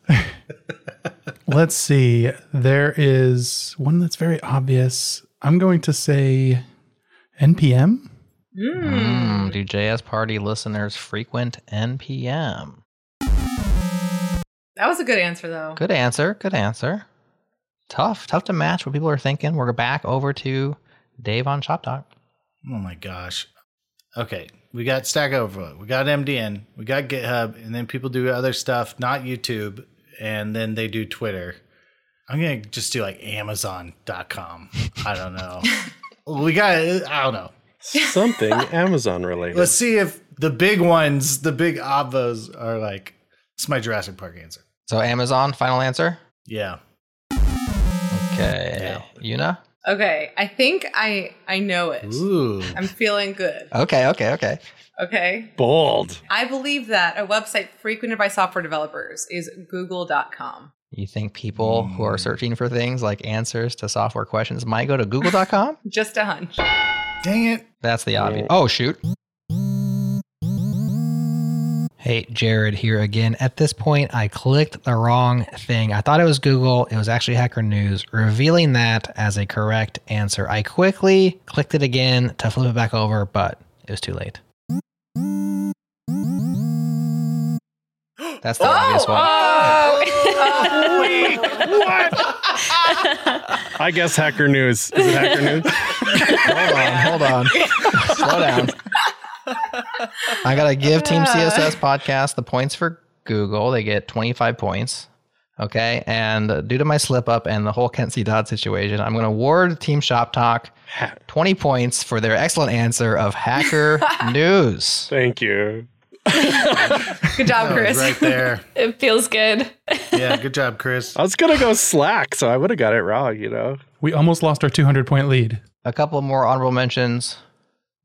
S2: Let's see. There is one that's very obvious. I'm going to say NPM.
S3: Hmm.
S1: Mm, do JS Party listeners frequent NPM?
S3: That was a good answer, though.
S1: Good answer. Good answer. Tough. Tough to match what people are thinking. We're back over to Dave on Shop Talk.
S4: Oh my gosh. Okay, we got Stack Overflow, we got MDN, we got GitHub, and then people do other stuff, not YouTube, and then they do Twitter. I'm gonna just do like Amazon.com. I don't know. we got. I don't know.
S5: Something Amazon related.
S4: Let's see if the big ones, the big obvos, are like. It's my Jurassic Park answer.
S1: So Amazon, final answer.
S4: Yeah.
S1: Okay. Yuna?
S3: Okay, I think I I know it.
S4: Ooh.
S3: I'm feeling good.
S1: Okay, okay, okay.
S3: Okay.
S5: Bold.
S3: I believe that a website frequented by software developers is google.com.
S1: You think people who are searching for things like answers to software questions might go to google.com?
S3: Just a hunch.
S4: Dang it.
S1: That's the obvious. Oh, shoot. Hey, Jared here again. At this point, I clicked the wrong thing. I thought it was Google. It was actually Hacker News, revealing that as a correct answer. I quickly clicked it again to flip it back over, but it was too late. That's the
S3: Oh,
S1: obvious one.
S5: I guess Hacker News. Is it Hacker News?
S1: Hold on, hold on. Slow down. I gotta give Team CSS podcast the points for Google. They get 25 points. Okay. And due to my slip up and the whole Kent C. Dodd situation, I'm gonna award Team Shop Talk 20 points for their excellent answer of hacker news.
S5: Thank you.
S3: Good job,
S4: That was
S3: Chris.
S4: right there.
S9: it feels good. Oh
S4: Yeah. Good job, Chris.
S5: I was gonna go Slack, so I would have got it wrong. You know.
S2: We almost lost our 200 point lead.
S1: A couple more honorable mentions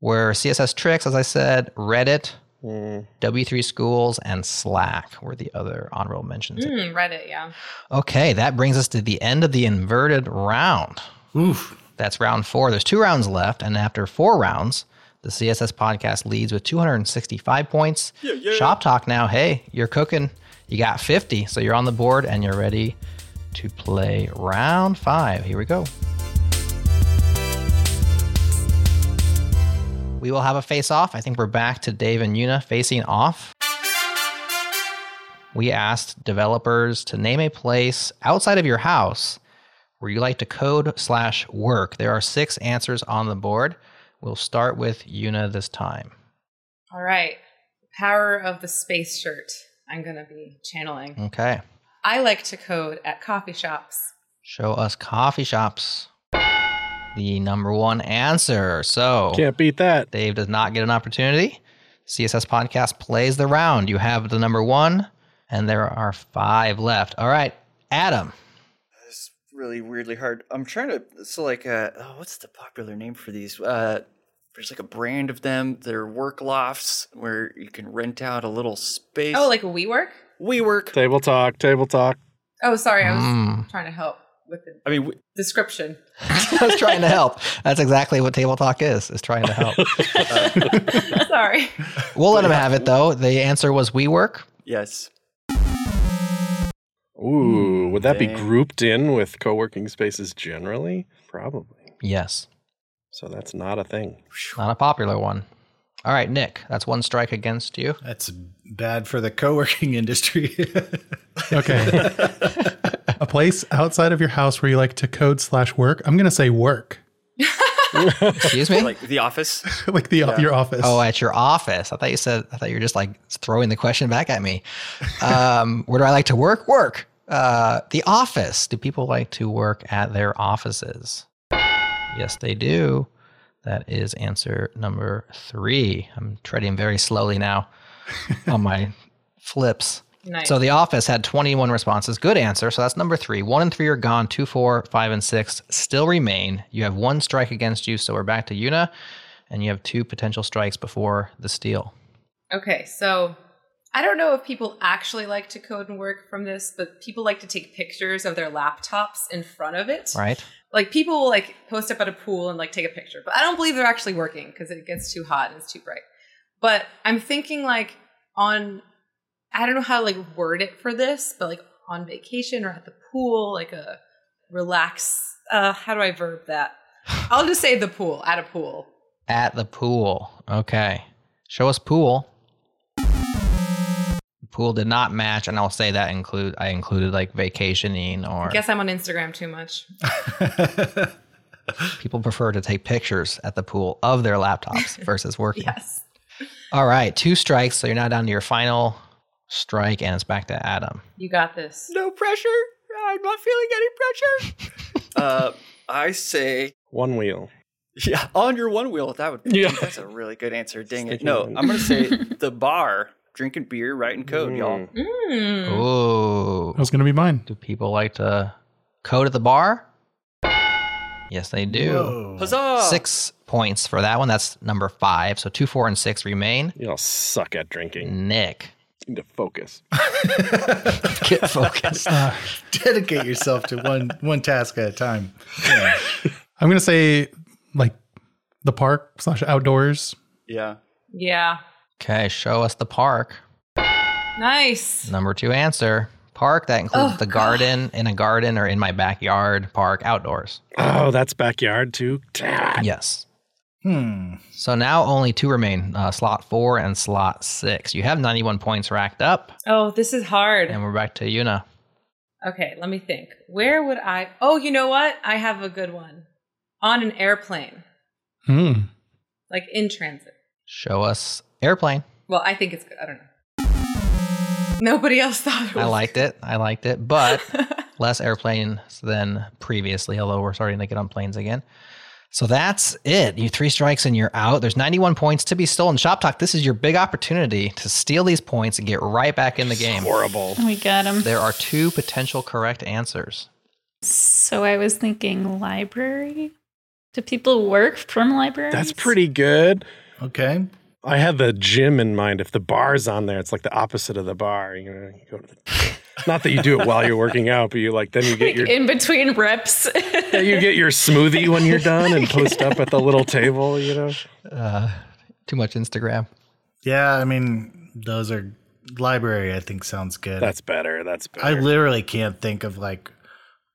S1: were CSS Tricks, as I said, Reddit, Mm. W3 Schools, and Slack were the other honorable mentions.
S3: Hmm, Reddit, yeah.
S1: Okay, that brings us to the end of the inverted round.
S4: Oof.
S1: That's round four. There's two rounds left, and after four rounds, the CSS podcast leads with 265 points. Shop Talk now, hey, you're cooking. You got 50, so you're on the board and you're ready to play round five. Here we go. We will have a face off. I think we're back to Dave and Yuna facing off. We asked developers to name a place outside of your house where you like to code slash work. There are six answers on the board. We'll start with Yuna this time.
S3: All right. Power of the space shirt. I'm going to be channeling.
S1: Okay.
S3: I like to code at coffee shops.
S1: Show us coffee shops. The number one answer.
S8: Oh.
S1: So
S5: Can't beat that.
S1: Dave does not get an opportunity. CSS Podcast plays the round. You have the number one, and there are five left. All right, Adam.
S8: It's really weirdly hard. I'm trying to. So like, uh, oh, what's the popular name for these? Uh, there's like a brand of them. They're work lofts where you can rent out a little space.
S3: Oh, like a WeWork?
S8: WeWork.
S5: Table talk. Table talk.
S3: Oh, sorry. I was
S1: Mm.
S3: trying to help with the
S8: I mean, we,
S3: description.
S1: I was trying to help. That's exactly what Table Talk is, is trying to help.
S3: sorry.
S1: We'll let him have it, though. The answer was WeWork.
S8: yes.
S5: Ooh, would that be
S8: Hmm, Dang.
S5: grouped in with co-working spaces generally? Probably.
S1: Yes,
S5: So that's not a thing.
S1: not a popular one. All right, Nick, that's one strike against you.
S4: That's bad for the co-working industry.
S2: Okay. a place outside of your house where you like to code slash work. I'm going to say work,
S1: Excuse me?
S8: like the office.
S2: like the your office.
S1: Oh, at your office. I thought you said, I thought you were just like throwing the question back at me. Um, where do I like to work? Work. Uh, the office. Do people like to work at their offices? Yes, they do. That is answer number three. I'm treading very slowly now on my flips.
S3: Nice.
S1: So the office had 21 responses. Good answer. So that's number three. One and three are gone. Two, four, five, and six still remain. You have one strike against you. So we're back to Yuna, and you have two potential strikes before the steal.
S3: Okay, so I don't know if people actually like to code and work from this, but people like to take pictures of their laptops in front of it.
S1: Right?
S3: Like people will like post up at a pool and like take a picture, but I don't believe they're actually working because it gets too hot and it's too bright. But I'm thinking like on, I don't know how to like word it for this, but like on vacation or at the pool, like a relax. Uh, how do I verb that? I'll just say the pool at a pool.
S1: At the pool. Okay. Show us pool. Pool did not match, and I'll say that include I included like vacationing or
S3: I guess I'm on Instagram too much.
S1: people prefer to take pictures at the pool of their laptops versus working.
S3: Yes.
S1: All right, two strikes. So you're now down to your final strike, and it's back to Adam.
S3: You got this.
S8: No pressure. I'm not feeling any pressure. uh, I say,
S5: One wheel.
S8: yeah, on your one wheel. That would.
S5: Yeah.
S8: That's a really good answer. Dang it.
S5: Sticking
S8: No,
S5: one.
S8: I'm gonna say the bar, drinking beer, writing code,
S5: Hmm,
S8: y'all.
S3: Mm.
S1: Ooh.
S2: That was going to be mine.
S1: Do people like to code at the bar? Yes, they do.
S4: Whoa.
S8: Huzzah!
S1: Six points for that one. That's number five. So two, four, and six remain.
S5: Y'all suck at
S8: Hmm.
S5: drinking.
S1: Nick,
S5: Need to focus.
S1: get focused.
S2: Uh,
S4: Dedicate yourself to one one task at a time. Yeah.
S2: I'm going to say like the park slash outdoors.
S8: Yeah.
S3: Yeah.
S1: okay, show us the park.
S3: Nice.
S1: Number two answer park. That includes
S3: Oh,
S1: the garden, in a garden, or in my backyard, park, outdoors.
S5: Oh, that's backyard too. Damn.
S1: Yes.
S4: Hmm.
S1: So now only two remain uh, slot four and slot six. You have 91 points racked up,
S3: Oh, this is hard.
S1: and we're back to Yuna.
S3: Okay, let me think. Where would I? Oh, you know what? I have a good one. On an airplane,
S2: Hmm.
S3: like in transit.
S1: Show us airplane.
S3: Well, I think it's good. I don't know. Nobody else thought it was.
S1: I liked it. I liked it, but less airplanes than previously, although we're starting to get on planes again. So that's it. You three strikes and you're out. There's 91 points to be stolen. Shop Talk, this is your big opportunity to steal these points and get right back in the game.
S5: Horrible.
S9: We got him.
S1: There are two potential correct answers.
S9: So I was thinking library. Do people work from libraries?
S5: That's pretty good.
S4: Okay.
S5: I had the gym in mind. If the bar's on there, it's like the opposite of the bar. You know, you go to the, not that you do it while you're working out, but you like then you get your
S9: in between reps.
S5: yeah, you get your smoothie when you're done and post up at the little table. You know,
S1: Uh, Too much Instagram.
S4: Yeah, I mean, those are library. I think sounds good.
S5: that's better. That's better.
S4: I literally can't think of like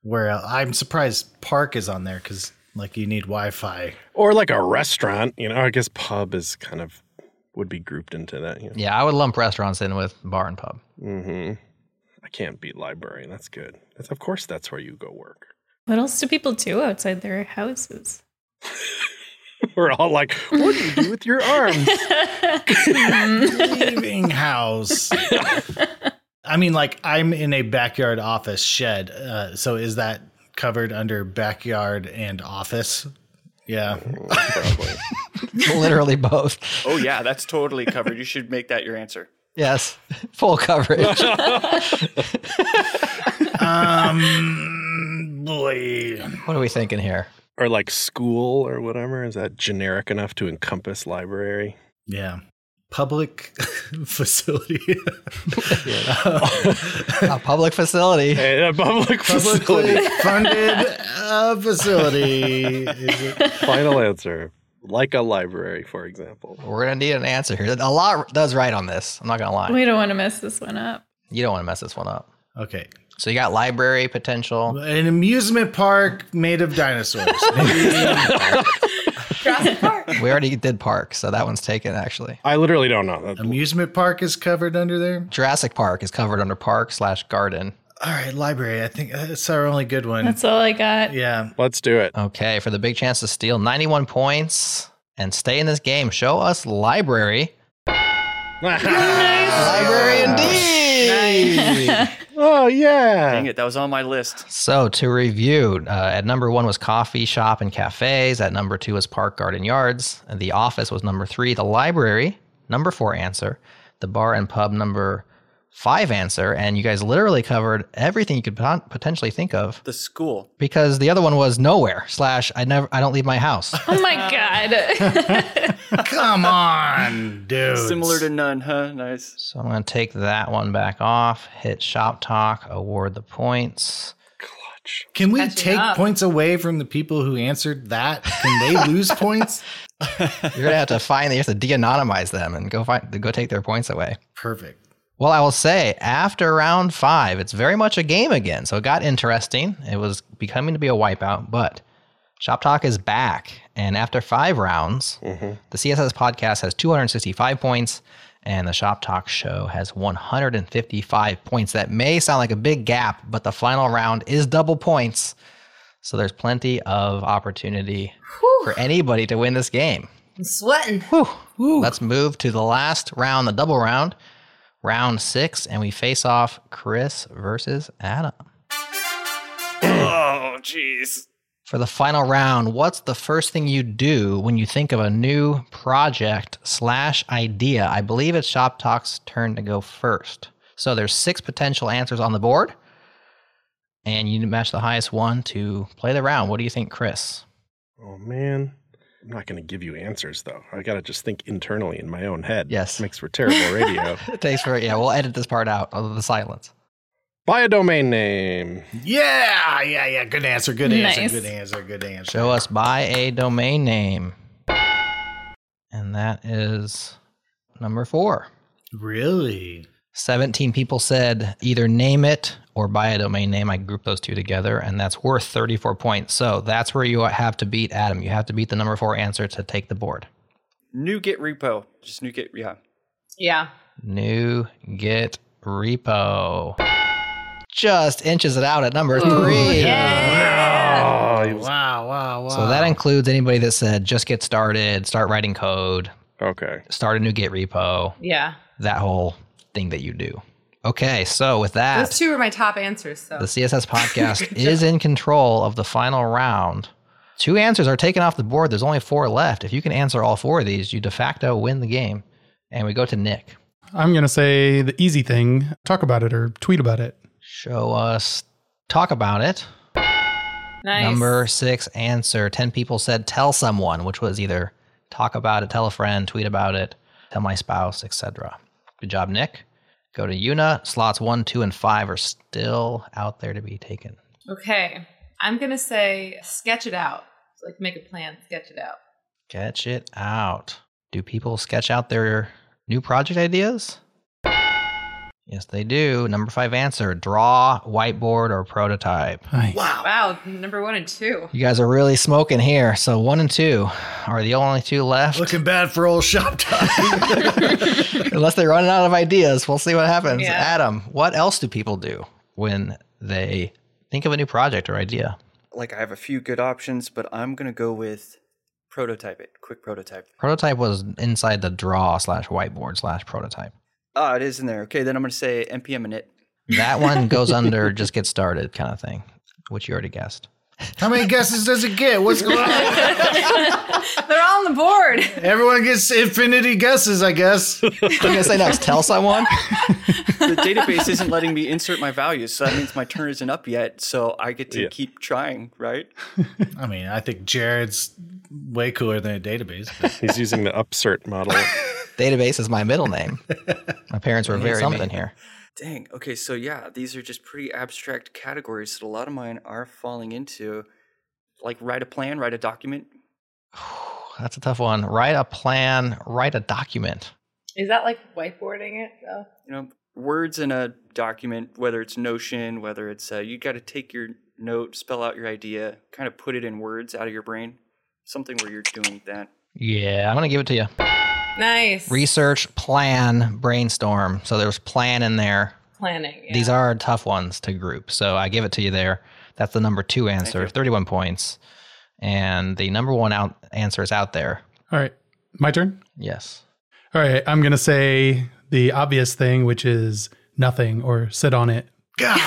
S4: where el I'm surprised park is on there because like you need Wi-Fi.
S5: or like a restaurant. You know, I guess pub is kind of would be grouped into that. You know?
S1: Yeah, I would lump restaurants in with bar and pub.
S5: Mm-hmm. I can't beat library. That's good. That's, of course, that's where you go work.
S9: what else do people do outside their houses?
S5: We're all like, what do you do with your arms?
S4: Living house. I mean, like I'm in a backyard office shed. Uh, so is that covered under backyard and office? Yeah.
S5: Mm, Probably.
S1: Literally both.
S8: Oh yeah, that's totally covered. You should make that your answer.
S1: Yes, full coverage.
S4: Um, boy.
S1: what are we thinking here?
S5: Or like school or whatever. Is that generic enough to encompass library?
S4: Yeah. Public facility.
S1: A public facility.
S5: A a public facility.
S4: Publicly funded uh, facility. Is it
S5: Final answer. Like a library, for example.
S1: We're gonna need an answer here. A lot does right on this. I'm not gonna lie.
S9: we don't want to mess this one up.
S1: You don't want to mess this one up.
S4: Okay.
S1: So you got library potential.
S4: An amusement park made of dinosaurs. Maybe
S3: Jurassic Park.
S1: We already did Park, so that one's taken actually.
S5: I literally don't know.
S4: Amusement park is covered under there.
S1: Jurassic Park is covered under Park slash Garden.
S4: All right, library. I think that's our only good one.
S9: That's all I got.
S4: yeah.
S5: Let's do it.
S1: Okay, for the big chance to steal 91 points and stay in this game, show us library. Library indeed.
S5: oh yeah.
S8: Dang it, that was on my list.
S1: So to review, uh, at number one was coffee shop and cafes. At number two was park, garden, yards. And the office was number three. The library, number four answer. The bar and pub, number five answer. And you guys literally covered everything you could pot- potentially think of
S8: The school.
S1: because the other one was nowhere slash I never I don't leave my house.
S9: Oh my god.
S4: Come on, dude.
S8: Similar to none, huh? Nice.
S1: So I'm going to take that one back off. Hit shop talk. Award the points.
S4: Can we
S3: Catching
S4: take
S3: up.
S4: points away from the people who answered that? Can they lose points?
S1: You're gonna have to find. You have to de-anonymize them and go find. Go take their points away.
S4: Perfect.
S1: Well, I will say after round five, it's very much a game again. So it got interesting. It was becoming to be a wipeout, but Shop Talk is back. And after five rounds, the CSS podcast has 265 points and the Shop Talk show has 155 points. That may sound like a big gap, but the final round is double points. So there's plenty of opportunity for anybody to win this game.
S3: I'm sweating.
S1: Let's move to the last round, the double round, round six, and we face off Chris versus Adam.
S8: Oh, jeez.
S1: For the final round, what's the first thing you do when you think of a new project slash idea? I believe it's Shop Talk's turn to go first. So there's six potential answers on the board, and you match the highest one to play the round. What do you think, Chris?
S5: Oh man. I'm not going to give you answers though. I got to just think internally in my own head.
S1: Yes.
S5: Makes for terrible radio.
S1: Thanks for yeah. We'll edit this part out of the silence.
S5: Buy a domain name.
S4: Yeah, yeah, yeah. Good answer. Good
S9: Nice.
S4: answer. Good answer. Good answer.
S1: Show us by a domain name. And that is number four.
S4: Really?
S1: 17 people said either name it or buy a domain name. I grouped those two together, and that's worth 34 points. So that's where you have to beat Adam. You have to beat the number four answer to take the board.
S8: NuGet repo. Just NuGet, yeah.
S3: Yeah.
S1: New Git repo. Just inches it out at number three.
S4: Wow, wow, wow.
S1: So that includes anybody that said just get started, start writing code,
S5: Okay.
S1: start a new Git repo.
S3: Yeah.
S1: that whole thing that you do. Okay, so with that,
S3: Those two were my top answers. So
S1: the CSS podcast is in control of the final round. Two answers are taken off the board. There's only four left. If you can answer all four of these, you de facto win the game. And we go to Nick.
S2: I'm going to say the easy thing talk about it or tweet about it.
S1: Show us, talk about it.
S3: nice.
S1: Number six answer 10 people said tell someone, which was either talk about it, tell a friend, tweet about it, tell my spouse, etc. Good job, Nick. Go to Una. Slots one, two, and five are still out there to be taken.
S3: Okay. I'm gonna say sketch it out. Like make a plan, sketch it out.
S1: Sketch it out. Do people sketch out their new project ideas? Yes, they do. Number five answer draw, whiteboard, or prototype.
S2: Nice.
S3: Wow, number one and two.
S1: You guys are really smoking here. So one and two are the only two left.
S4: looking bad for old shop time.
S1: Unless they run out of ideas, we'll see what happens.
S3: Yeah.
S1: Adam, what else do people do when they think of a new project or idea?
S8: Like I have a few good options, but I'm gonna go with prototype it. Quick prototype.
S1: Prototype was inside the draw slash whiteboard slash prototype.
S8: Ah, it is in there. Okay, then I'm gonna say npm init.
S1: That one goes under just get started kind of thing, which you already guessed.
S4: How many guesses does it get? What's going on?
S3: They're all on the board.
S4: Everyone gets infinity guesses, I guess.
S1: What are you gonna say next? Tell someone?
S8: The database isn't letting me insert my values, so that means my turn isn't up yet. So I get to
S5: Yeah.
S8: keep trying, right?
S4: I mean, I think Jared's way cooler than a database. but
S5: He's using the upsert model.
S1: Database is my middle name. My parents were very something here.
S8: Dang. Okay, so yeah, these are just pretty abstract categories that a lot of mine are falling into. Like write a plan, write a document.
S1: That's a tough one. Write a plan, write a document.
S3: Is that like whiteboarding it though?
S8: You know, words in a document, whether it's Notion, whether it's uh, you got to take your note, spell out your idea, kind of put it in words out of your brain. something where you're doing that.
S1: Yeah, I'm gonna give it to you.
S3: Nice.
S1: Research, plan, brainstorm. So there's plan in there.
S3: Planning. yeah.
S1: These are tough ones to group. So I give it to you there. That's the number two answer,
S8: you.
S1: 31 points. And the number one out answer is out there.
S2: All right. My turn.
S1: Yes.
S2: All right. I'm going to say the obvious thing, which is nothing or sit on it.
S3: Yes,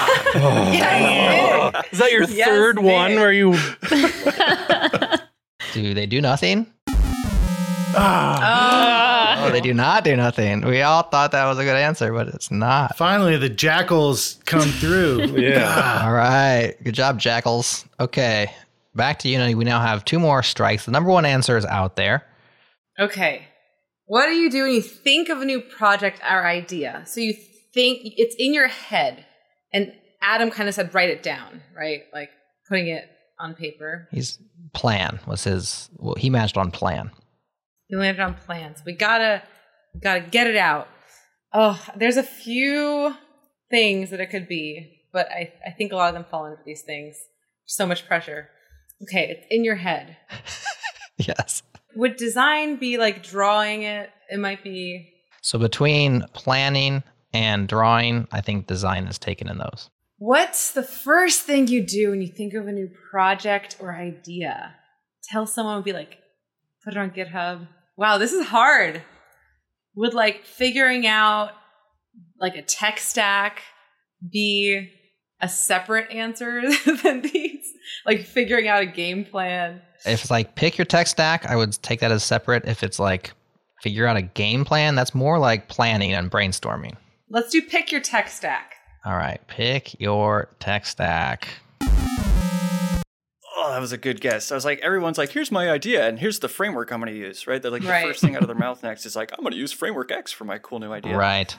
S3: it
S5: Is that your
S3: Yes,
S5: third one
S3: babe.
S5: where you
S1: Do they do nothing?
S3: Oh.
S1: Oh, they do not do nothing. We all thought that was a good answer, but it's not.
S4: Finally, the jackals come through.
S5: Yeah.
S1: All right. Good job, Jackals. Okay. Back to you. We now have two more strikes. The number one answer is out there.
S3: Okay. What do you do when you think of a new project or idea? So you think it's in your head, and Adam kind of said, write it down, right? Like putting it on paper.
S1: He's plan was his. Well, he matched on plan.
S3: He landed on plans. We gotta, we gotta get it out. Oh, there's a few things that it could be, but I, I think a lot of them fall into these things. So much pressure. Okay, it's in your head.
S1: Yes.
S3: Would design be like drawing it? It might be
S1: So between planning and drawing, I think design is taken in those.
S3: What's the first thing you do when you think of a new project or idea? Tell someone, be like, put it on GitHub. Wow, this is hard. Would like figuring out like a tech stack be a separate answer than these? Like figuring out a game plan.
S1: If it's like pick your tech stack, I would take that as separate. If it's like figure out a game plan, that's more like planning and brainstorming.
S3: Let's do pick your tech stack.
S1: All right, pick your tech stack.
S8: Oh, that was a good guess. I was like, everyone's like, here's my idea, and here's the framework I'm going to use, right? They're like,
S3: Right.
S8: the first thing out of their mouth next is like, I'm going to use framework X for my cool new idea.
S1: Right.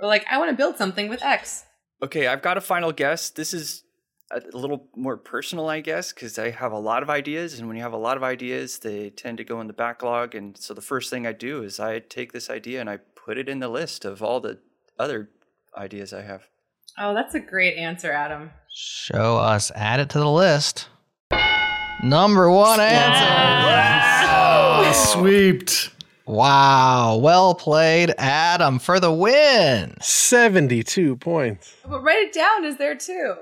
S3: Or like, I want to build something with X.
S8: Okay, I've got a final guess. This is a little more personal, I guess, because I have a lot of ideas, and when you have a lot of ideas, they tend to go in the backlog. And so the first thing I do is I take this idea and I put it in the list of all the other ideas I have.
S3: Oh, that's a great answer, Adam.
S1: Show us. Add it to the list. Number one answer.
S4: Ah, sweeped.
S1: Wow. Well played, Adam, for the win.
S5: 72 points.
S3: But write it down is there too.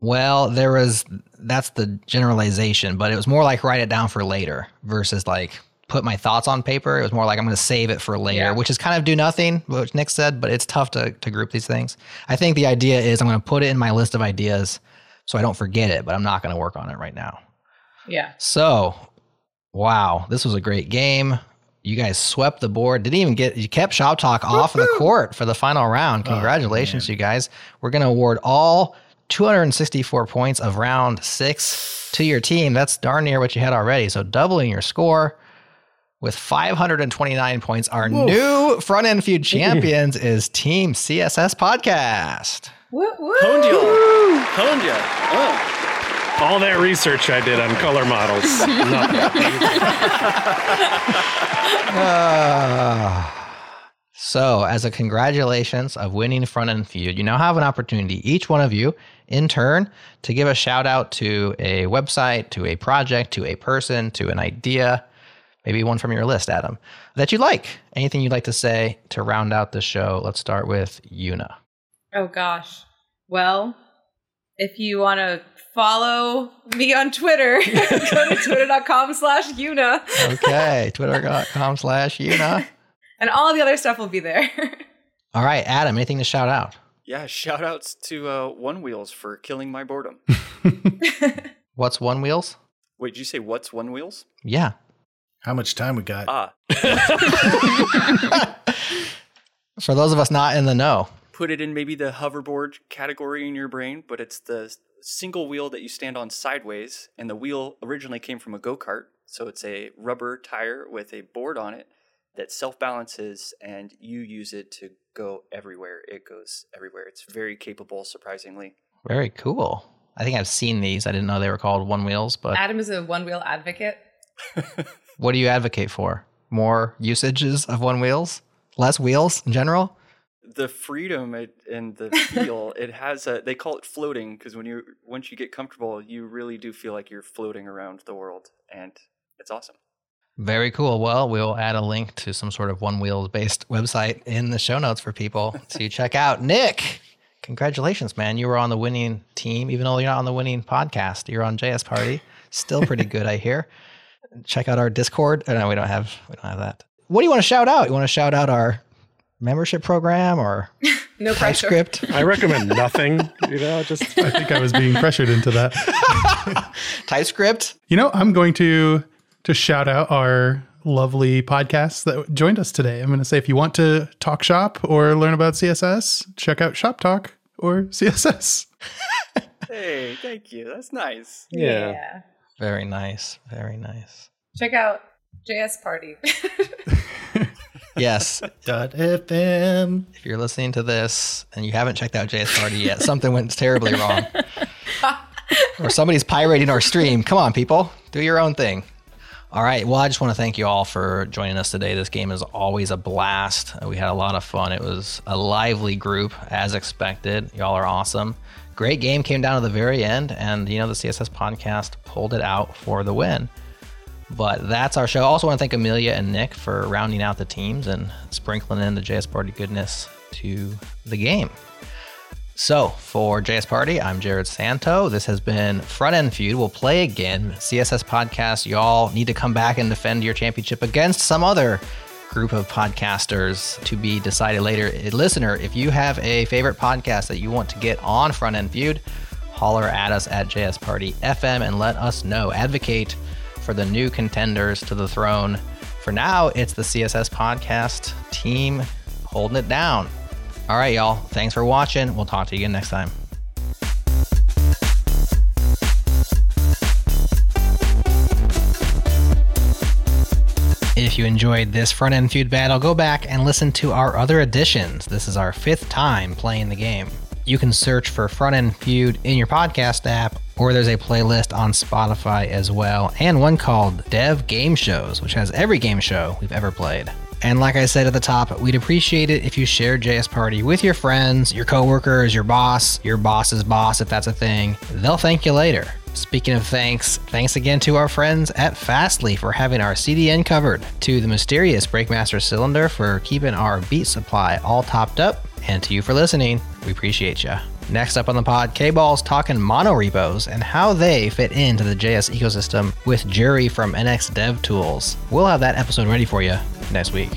S1: Well, there was that's the generalization, but it was more like write it down for later versus like put my thoughts on paper. It was more like I'm going to save it for later,
S3: Yeah.
S1: which is kind of do nothing, which Nick said, but it's tough to, to group these things. I think the idea is I'm going to put it in my list of ideas so I don't forget it, but I'm not going to work on it right now.
S3: Yeah.
S1: So, wow, this was a great game. You guys swept the board. Didn't even get you kept Shop Talk off of the court for the final round. Congratulations, you guys. We're gonna award all 264 points of round six to your team. That's darn near what you had already. So doubling your score with 529 points. Our new front end feud champions is Team CSS Podcast.
S3: Woo, woo.
S8: Pwn deal. Pwn deal. Oh.
S5: All that research I did on color models. nothing.
S1: Ah. so, as a congratulations of winning front end feud, you now have an opportunity, each one of you, in turn, to give a shout out to a website, to a project, to a person, to an idea, maybe one from your list, Adam, that you like. Anything you'd like to say to round out the show? Let's start with Una.
S3: Oh gosh. Well, if you want to follow me on Twitter, go to twitter.com slash Yuna.
S1: Okay, twitter.com slash Una.
S3: And all the other stuff will be there.
S1: All right, Adam, anything to shout out?
S8: Yeah, shout outs to uh, One Wheels for killing my boredom.
S1: What's One Wheels?
S8: Wait, did you say what's One Wheels?
S1: Yeah.
S4: How much time we got?
S8: Ah,
S1: For those of us not in the know,
S8: put it in maybe the hoverboard category in your brain, but it's the s- single wheel that you stand on sideways, and the wheel originally came from a go kart. So it's a rubber tire with a board on it that self balances, and you use it to go everywhere. It goes everywhere. It's very capable, surprisingly.
S1: Very cool. I think I've seen these. I didn't know they were called one wheels, but
S3: Adam is a one wheel advocate.
S1: what do you advocate for? More usages of one wheels? Less wheels in general?
S8: The freedom it, and the feel it has a they call it floating because when you once you get comfortable, you really do feel like you're floating around the world, and It's awesome.
S1: Very cool. Well, we'll add a link to some sort of one wheel based website in the show notes for people to check out. Nick, congratulations, man. You were on the winning team, even though you're not on the winning podcast. You're on JS Party. Still pretty good, I hear. Check out our Discord. Oh, no, we don't have we don't have that. What do you want to shout out? You want to shout out our membership program or
S3: No pressure.
S1: TypeScript?
S5: I recommend nothing. You know, just
S2: I think I was being pressured into that.
S1: TypeScript?
S2: You know, I'm going to to shout out our lovely podcasts that joined us today. I'm going to say if you want to talk shop or learn about CSS, check out Shop Talk or CSS.
S8: Hey, thank you. That's nice.
S5: yeah.
S1: Very nice. Very nice.
S3: Check out JS Party.
S1: Yes.
S4: Dot FM.
S1: if you're listening to this and you haven't checked out JS Party yet, something went terribly wrong. or somebody's pirating our stream. Come on, people. Do your own thing. All right. Well, I just want to thank you all for joining us today. This game is always a blast. We had a lot of fun. It was a lively group, as expected. Y'all are awesome. Great game came down to the very end, and you know, the CSS podcast pulled it out for the win. But that's our show. I also want to thank Amelia and Nick for rounding out the teams and sprinkling in the JS Party goodness to the game. So for JS Party, I'm Jared Santo. This has been Front End Feud. We'll play again. CSS podcast. Y'all need to come back and defend your championship against some other group of podcasters to be decided later. Eh, Listener, if you have a favorite podcast that you want to get on Front End Feud, holler at us at JS Party FM and let us know. Advocate for the new contenders to the throne. For now, it's the CSS podcast team holding it down. All right, y'all. Thanks for watching. We'll talk to you again next time. If you enjoyed this front end feud battle, go back and listen to our other editions. This is our fifth time playing the game. You can search for front end feud in your podcast app, or there's a playlist on Spotify as well, and one called Dev Game Shows, which has every game show we've ever played. And like I said at the top, we'd appreciate it if you shared JS Party with your friends, your coworkers, your boss, your boss's boss, if that's a thing. They'll thank you later. Speaking of thanks, thanks again to our friends at Fastly for having our CDN covered, to the mysterious Breakmaster Cylinder for keeping our beat supply all topped up, and to you for listening. We appreciate ya. Next up on the pod, K Ball's talking mono repos and how they fit into the JS ecosystem with Jerry from NX Dev Tools. We'll have that episode ready for you next week.